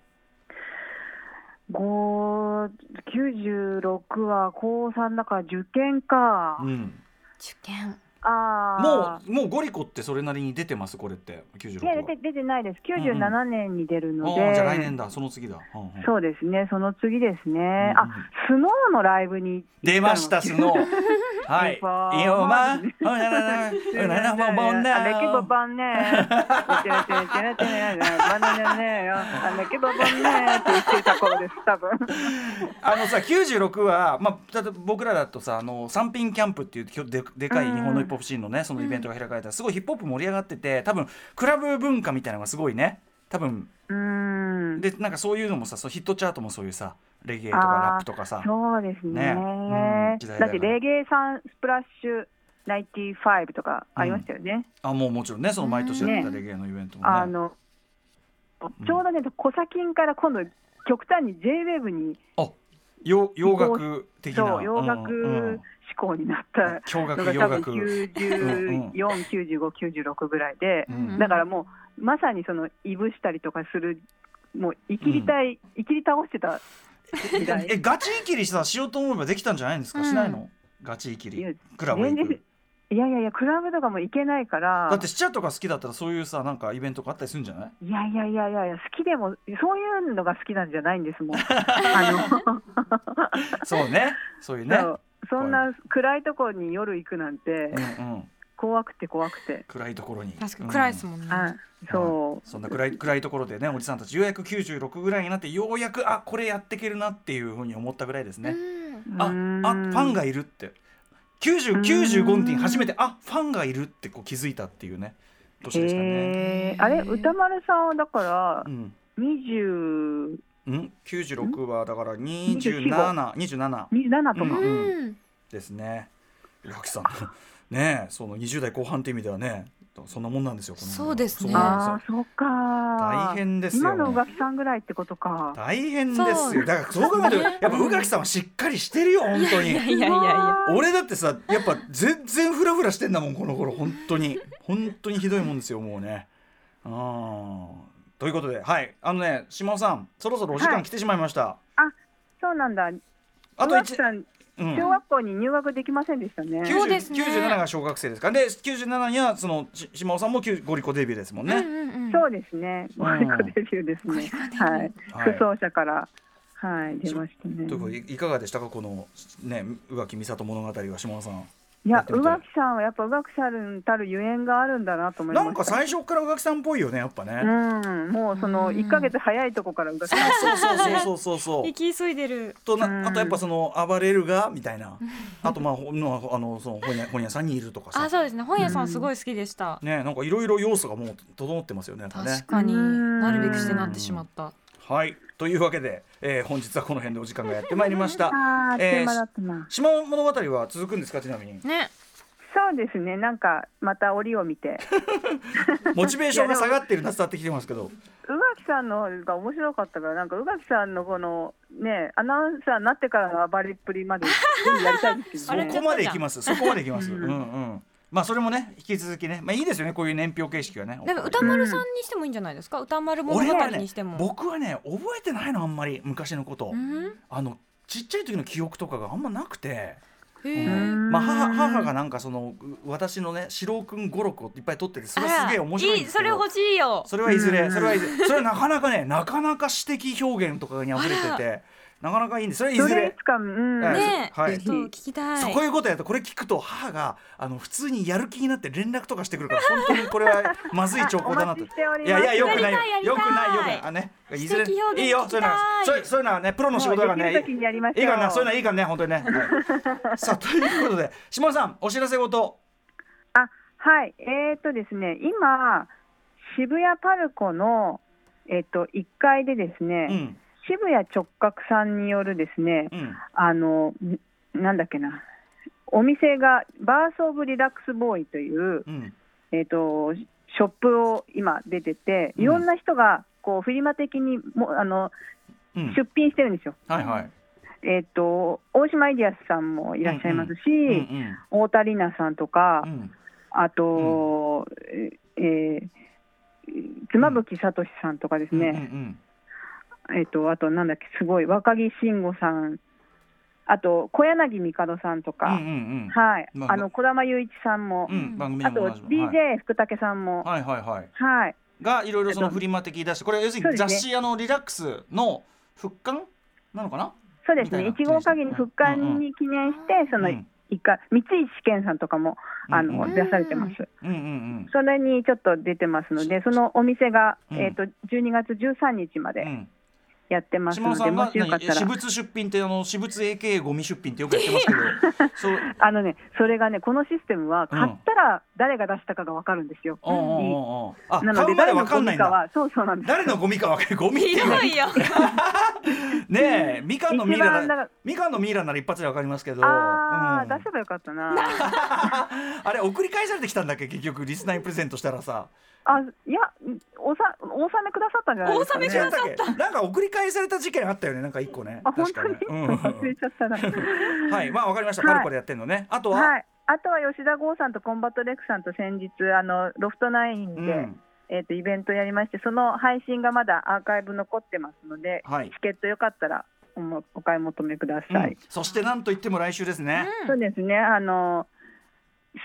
Speaker 4: 五九十六は高三だから受験か。
Speaker 2: うん
Speaker 3: 受験
Speaker 4: あ
Speaker 2: も
Speaker 4: あ。
Speaker 2: うもうゴリコってそれなりに出てますこれって九十
Speaker 4: い
Speaker 2: 六
Speaker 4: や
Speaker 2: は
Speaker 4: 出て出てないです。九十七年に出る
Speaker 2: あ
Speaker 4: ので。
Speaker 2: ーじゃあ来年だその次だうんうん
Speaker 4: そうですね。その次ですね。
Speaker 2: うん
Speaker 4: あ、スノーのライブに
Speaker 2: 出ましたスノーはい
Speaker 4: スーパー
Speaker 2: いよまあほらららほらららもうもうな
Speaker 4: あだけどばんね。バナナねよ。あだけどばんねって言ってた頃です。多分。
Speaker 2: あのさ96は、まあ、例えば僕らだとさあの三品キャンプっていうきょででかい日本のヒップホップシーンのねそのイベントが開かれたすごいヒップホップ盛り上がってて多分クラブ文化みたいなのがすごいね多分
Speaker 4: うーん。
Speaker 2: でなんかそういうのもさそのヒットチャートもそういうさレゲエとかラップとかさ
Speaker 4: そうです
Speaker 2: ね
Speaker 4: ね。
Speaker 2: うん時代だよ
Speaker 4: だ
Speaker 2: ね
Speaker 4: ってレゲエさんスプラッシュ95とかありましたよね。
Speaker 2: あもうもちろんねその毎年やった
Speaker 4: ね
Speaker 2: レゲエのイベントもね
Speaker 4: あのちょうどね、コサキンから今度極端に JWAVE に
Speaker 2: 洋洋楽的な
Speaker 4: そう洋
Speaker 2: うんうん
Speaker 4: 楽志向になった
Speaker 2: 驚
Speaker 4: の
Speaker 2: 愕
Speaker 4: が
Speaker 2: 洋
Speaker 4: 多分
Speaker 2: 楽、
Speaker 4: 94、95、96ぐらいで、
Speaker 2: うん
Speaker 4: だからもうまさにそのいぶしたりとかするもう生きりたい、生きり倒してた時代
Speaker 2: えガチイキリさしようと思えばできたんじゃないんですか、しないのガチイキ
Speaker 4: いや
Speaker 2: リクラブ行
Speaker 4: 全
Speaker 2: く
Speaker 4: 然いやいやいやクラブとかも行けないから
Speaker 2: だってシチャとか好きだったらそういうさなんかイベントがあったりするんじゃ ない
Speaker 4: いやいやいやいやいや好きでもそういうのが好きなんじゃないんですも んあの
Speaker 2: そうねそういうね
Speaker 4: そうそんな暗いところに夜行くなんて
Speaker 2: うんうん
Speaker 4: 怖くて怖くて、
Speaker 2: 暗いところに
Speaker 3: 確かに暗いです
Speaker 2: もん、
Speaker 3: もんね、
Speaker 4: あそ
Speaker 2: そんな暗い暗いところでねおじさんたちようやく96ぐらいになってようやくあこれやっていけるなっていうふうに思ったぐらいですね、
Speaker 3: うん
Speaker 4: う
Speaker 2: ああ
Speaker 4: う
Speaker 2: フ
Speaker 4: ーん
Speaker 2: ァンがいるって90 95年初めてあファンがいるってこう気づいたっていうね年でしたね、
Speaker 4: えーあれ歌丸さんはだから
Speaker 2: うん
Speaker 4: 20
Speaker 2: うん、96はだから2727
Speaker 4: 27と
Speaker 2: う
Speaker 4: か、
Speaker 2: ん
Speaker 3: うん
Speaker 2: ですね宇垣さん ねえその20代後半って意味ではねそんなもんなんですよこの
Speaker 3: そうですね
Speaker 2: そな
Speaker 4: あ
Speaker 2: ん
Speaker 4: あ
Speaker 2: ですよ
Speaker 4: そうか
Speaker 2: 大変です
Speaker 4: 今の
Speaker 2: よ、
Speaker 4: 宇
Speaker 2: ね、
Speaker 4: 垣さんぐらいってことか
Speaker 2: 大変です
Speaker 3: そ
Speaker 2: よ
Speaker 3: う
Speaker 2: だからそう考え るとやっぱ宇垣さんはしっかりしてるよ本当
Speaker 3: い
Speaker 2: に
Speaker 3: やいやいやいや
Speaker 2: 俺だってさやっぱ全然フラフラしてんだもんこの頃本当に本当にひどいもんですよもうねあーということではいあのね島尾さんそろそろお時
Speaker 4: は
Speaker 2: 間
Speaker 4: い
Speaker 2: 来てしまいました、
Speaker 4: そうなんだ
Speaker 2: あ
Speaker 4: 宇
Speaker 2: と
Speaker 4: 垣
Speaker 2: 1
Speaker 4: さん
Speaker 2: うん
Speaker 4: 小学校に入学できませんでしたね、
Speaker 3: そうですね
Speaker 2: 97が小学生ですからで97にはそのし島尾さんも9ゴリコデビューですもんね、
Speaker 3: うんうんうん
Speaker 4: そうですね。
Speaker 2: うん
Speaker 4: ゴリコデビューですね。はい。
Speaker 2: はい
Speaker 4: 副奏者から。はい、出ましたね
Speaker 2: という。ことでいいかがでしたかこのね宇垣美里物語は島田さん。
Speaker 4: い
Speaker 2: やっ
Speaker 4: や、
Speaker 2: てみ
Speaker 4: 宇
Speaker 2: たい
Speaker 4: 垣さんはやっぱ宇垣さんたるゆえんがあるんだなと思いま
Speaker 2: な
Speaker 4: した。
Speaker 2: んか最初から宇垣さんっぽいよねやっぱね。
Speaker 4: うん、もうその
Speaker 3: うん
Speaker 4: 一ヶ月早いとこから宇垣さん。
Speaker 2: そうそうそうそうそうそう。
Speaker 3: 息 急いでる
Speaker 2: と
Speaker 4: う
Speaker 2: なんあとやっぱその暴れるがみた いな。あとまあほんのあのその本屋本屋さんにいるとか
Speaker 3: あ
Speaker 2: さ。
Speaker 3: そうですね本屋さんすごい好きでした、
Speaker 2: ねなんかいろいろ要素がもう整ってますよねやっぱね
Speaker 3: 確。かに
Speaker 4: うん
Speaker 3: なるべくしてなってしまった
Speaker 2: はいというわけで、えー、本日はこの辺でお時間がやってまいりました。
Speaker 4: ああ、あっと
Speaker 2: え
Speaker 4: い
Speaker 2: ー
Speaker 4: う間だったな。
Speaker 2: 島尾物語は続くんですかちなみに。
Speaker 3: ね
Speaker 4: そうですね。なんかまた折を見て、
Speaker 2: モチベーションが下がってるの伝わってきてますけど。
Speaker 4: 宇垣さんの方が面白かったから、なんか宇垣さんのこのね、アナウンサーになってからの暴れっぷりまで全部やりたいですけ
Speaker 2: そ
Speaker 4: ど
Speaker 3: あれ
Speaker 4: ね。
Speaker 2: こまでいきます。そこまでいきます。うんうん。まあそれもね引き続きねまあいいですよねこういう年表形式はね
Speaker 3: でも歌丸さんにしてもいいんじゃないですか、歌丸物
Speaker 2: 俺は
Speaker 3: 語
Speaker 2: ね
Speaker 3: にしても、
Speaker 2: 僕はね覚えてないのあんまり昔のこと、
Speaker 3: うん
Speaker 2: あのちっちゃい時の記憶とかがあんまなくて、
Speaker 3: へ
Speaker 2: う
Speaker 3: え、
Speaker 2: んまあ、母母が
Speaker 4: な
Speaker 2: なんかそのう私のね四郎くん語録をいっぱい取っててそ
Speaker 3: あ
Speaker 2: れ
Speaker 3: ら
Speaker 2: すげえ面白いんですけ
Speaker 3: い
Speaker 2: ど
Speaker 3: それ欲しいよ
Speaker 2: それはいず
Speaker 4: う
Speaker 2: れ
Speaker 4: ん
Speaker 2: それはいずれそれはなかなかねなかなか詩的表現とかにあふれて
Speaker 3: あ
Speaker 2: てなかなかいいんですそれはい
Speaker 4: そ
Speaker 2: ず
Speaker 4: れい
Speaker 2: れ
Speaker 4: つか、うん、
Speaker 2: ええ
Speaker 3: ねえ、
Speaker 2: はい
Speaker 3: ちょっと聞きたい
Speaker 2: そうこういうことやとこれ聞くと母があの普通にやる気になって連絡とかしてくるから本当にこれはまずい兆候だな と
Speaker 4: お待ちしており
Speaker 2: いや
Speaker 4: ます
Speaker 2: いやよくない
Speaker 3: やりたい
Speaker 2: よくないよく
Speaker 3: やりたい
Speaker 2: ないあねい
Speaker 3: 素
Speaker 2: ずれ
Speaker 3: 敵表現
Speaker 2: いいよ
Speaker 3: 聞きたい
Speaker 2: そういうのはそういうそういうのはねプロの仕事だから
Speaker 4: もう
Speaker 2: ね
Speaker 4: できる時にやりましょう
Speaker 2: いいからなそういうのはいいからね本当にね、はい、さあということで島田さんお知らせごと
Speaker 4: はい、えー、とですね、今、渋谷パルコの、えっと1階でですね、
Speaker 2: うん
Speaker 4: 渋谷直角さんによるですね、
Speaker 2: うん
Speaker 4: あの、んなんだっけな、お店が、バース・オブ・リラックス・ボーイという、
Speaker 2: うん
Speaker 4: えっとショップを今出てて、
Speaker 2: うん
Speaker 4: いろんな人が、こう、フリマ的にもあの
Speaker 2: うん
Speaker 4: 出品してるんですよ。
Speaker 2: はいはい
Speaker 4: えっと大島イディアスさんもいらっしゃいますし、
Speaker 2: うんうん
Speaker 4: 太田里奈さんとか、
Speaker 2: うん
Speaker 4: あと、ええー妻夫木聡さんとかです
Speaker 2: うんうんう
Speaker 4: ね、
Speaker 2: ん
Speaker 4: えっとあと、なんだっけ、すごい、若木慎吾さん、あと小柳帝さんと
Speaker 2: うんうん
Speaker 4: か、はい
Speaker 2: まあ
Speaker 4: あの小玉雄一さんも、
Speaker 2: うんうん番組
Speaker 4: あ
Speaker 2: で
Speaker 4: と
Speaker 2: も同じも
Speaker 4: DJ 福武さんも、
Speaker 2: はいはいはいはい
Speaker 4: はい、
Speaker 2: がいろいろそ
Speaker 4: え
Speaker 2: の
Speaker 4: っと
Speaker 2: フリマ的出してこれ要する
Speaker 4: そう
Speaker 2: に
Speaker 4: ですね
Speaker 2: 雑誌あのリラックスの復刊なのかな
Speaker 4: そうです
Speaker 2: み
Speaker 4: ね、
Speaker 2: たい
Speaker 4: 1
Speaker 2: な
Speaker 4: 号限り復刊に記念して、その
Speaker 2: う
Speaker 4: 一
Speaker 2: ん
Speaker 4: 回、三井試験さんとかもあの、
Speaker 2: うんうん
Speaker 4: 出されてます。
Speaker 2: うんうん
Speaker 4: それにちょっと出てますので、そのお店が、
Speaker 2: うん
Speaker 4: えっと12月13日ま
Speaker 2: う
Speaker 4: で
Speaker 2: ん
Speaker 4: やって
Speaker 2: う
Speaker 4: ま
Speaker 2: ん、
Speaker 4: す
Speaker 2: 島
Speaker 4: の
Speaker 2: 田さん
Speaker 4: で、も
Speaker 2: が
Speaker 4: しよかった
Speaker 2: 何私。
Speaker 4: ら
Speaker 2: 物出品ってあの私物 AK ゴミ出品ってよくやってます けどそう
Speaker 4: あのね、それがね、このシステムは買ったら誰が出したかがわかるんですよ。
Speaker 2: おうおうおうおうあ
Speaker 4: な
Speaker 2: 買
Speaker 4: の
Speaker 2: うまで
Speaker 4: で誰
Speaker 2: わ
Speaker 4: の
Speaker 2: か
Speaker 4: ゴ
Speaker 2: んない
Speaker 4: ミ
Speaker 2: ん
Speaker 4: か
Speaker 2: だ
Speaker 4: は、そうそうなんです。
Speaker 2: 誰のゴミかわかんないゴミって
Speaker 3: ひ
Speaker 2: いうのは
Speaker 3: どいよ
Speaker 2: ねえみかんのミイ
Speaker 4: 一
Speaker 2: ラ
Speaker 4: 番
Speaker 2: な
Speaker 4: だ
Speaker 2: ら
Speaker 4: か
Speaker 2: みかんのミイラなら一発でわかりますけど
Speaker 4: ら、あ
Speaker 2: うん
Speaker 4: ー出せばよかったな。あ、
Speaker 2: あれ送り返されてきたんだっけ結局リスナーにプレゼントしたらさ
Speaker 4: いや、おさ、お納めくださったんじゃないですか
Speaker 3: お
Speaker 4: ね
Speaker 3: 納めくださ
Speaker 2: 違
Speaker 3: っ
Speaker 2: ったっけなんか送り返された事件あったよねなんか一個ね
Speaker 4: あ、本
Speaker 2: 確
Speaker 4: 当
Speaker 2: かね、
Speaker 4: に忘れちゃったな。
Speaker 2: うん、はいまあわかりました
Speaker 4: は
Speaker 2: パ
Speaker 4: い
Speaker 2: ルコでやってんのねあとは、
Speaker 4: はい。あとは吉田剛さんとコンバットレックさんと先日あのロフトナインで、
Speaker 2: うん
Speaker 4: えっ、とイベントやりまして、その配信がまだアーカイブ残ってますので、
Speaker 2: はい
Speaker 4: チケットよかったらおもお買い求めくだ
Speaker 2: うん
Speaker 4: さい。
Speaker 2: そしてなんといっても来週ですね、
Speaker 3: うん
Speaker 4: そうですね。あの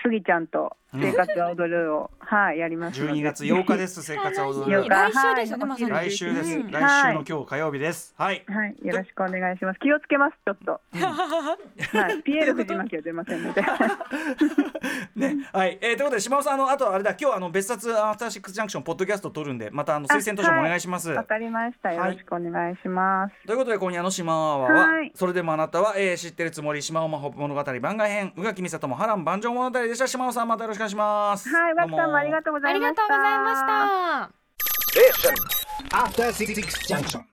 Speaker 4: スギちゃんと
Speaker 2: うん
Speaker 4: 生活は踊るを、はいやりますので。。
Speaker 2: 12月8日ですす生活は踊
Speaker 4: 8
Speaker 2: る
Speaker 4: 日
Speaker 3: 来週ですよねまさにう
Speaker 2: 来週です、
Speaker 4: はい
Speaker 3: ん
Speaker 2: 来週の今日火曜日ですはい
Speaker 4: はい、よろしくお願いします。気をつけます、ちょっと。 はい、ピエール藤巻は出ませんので。
Speaker 2: ねはいえー、ということで島尾さんあのあとあれだ今日あの別冊アフターシックスジャンクションポッドキャスト撮るんでまたあの推薦図書もお願いします、
Speaker 4: わかりました。よ
Speaker 2: はい
Speaker 4: ろしくお願いします。
Speaker 2: ということで今夜の「島アワーは」
Speaker 4: はい
Speaker 2: それでもあなたは、えー知ってるつもり島尾魔法物語番外編宇垣美里も波乱万丈物語でした島尾さんまたよろしくお願いします
Speaker 4: はい、わきさんもありがとうござ
Speaker 3: あ
Speaker 4: い
Speaker 3: り
Speaker 4: ま
Speaker 3: が
Speaker 4: し
Speaker 3: と
Speaker 4: た。
Speaker 3: うございました
Speaker 1: Station. After City Junction.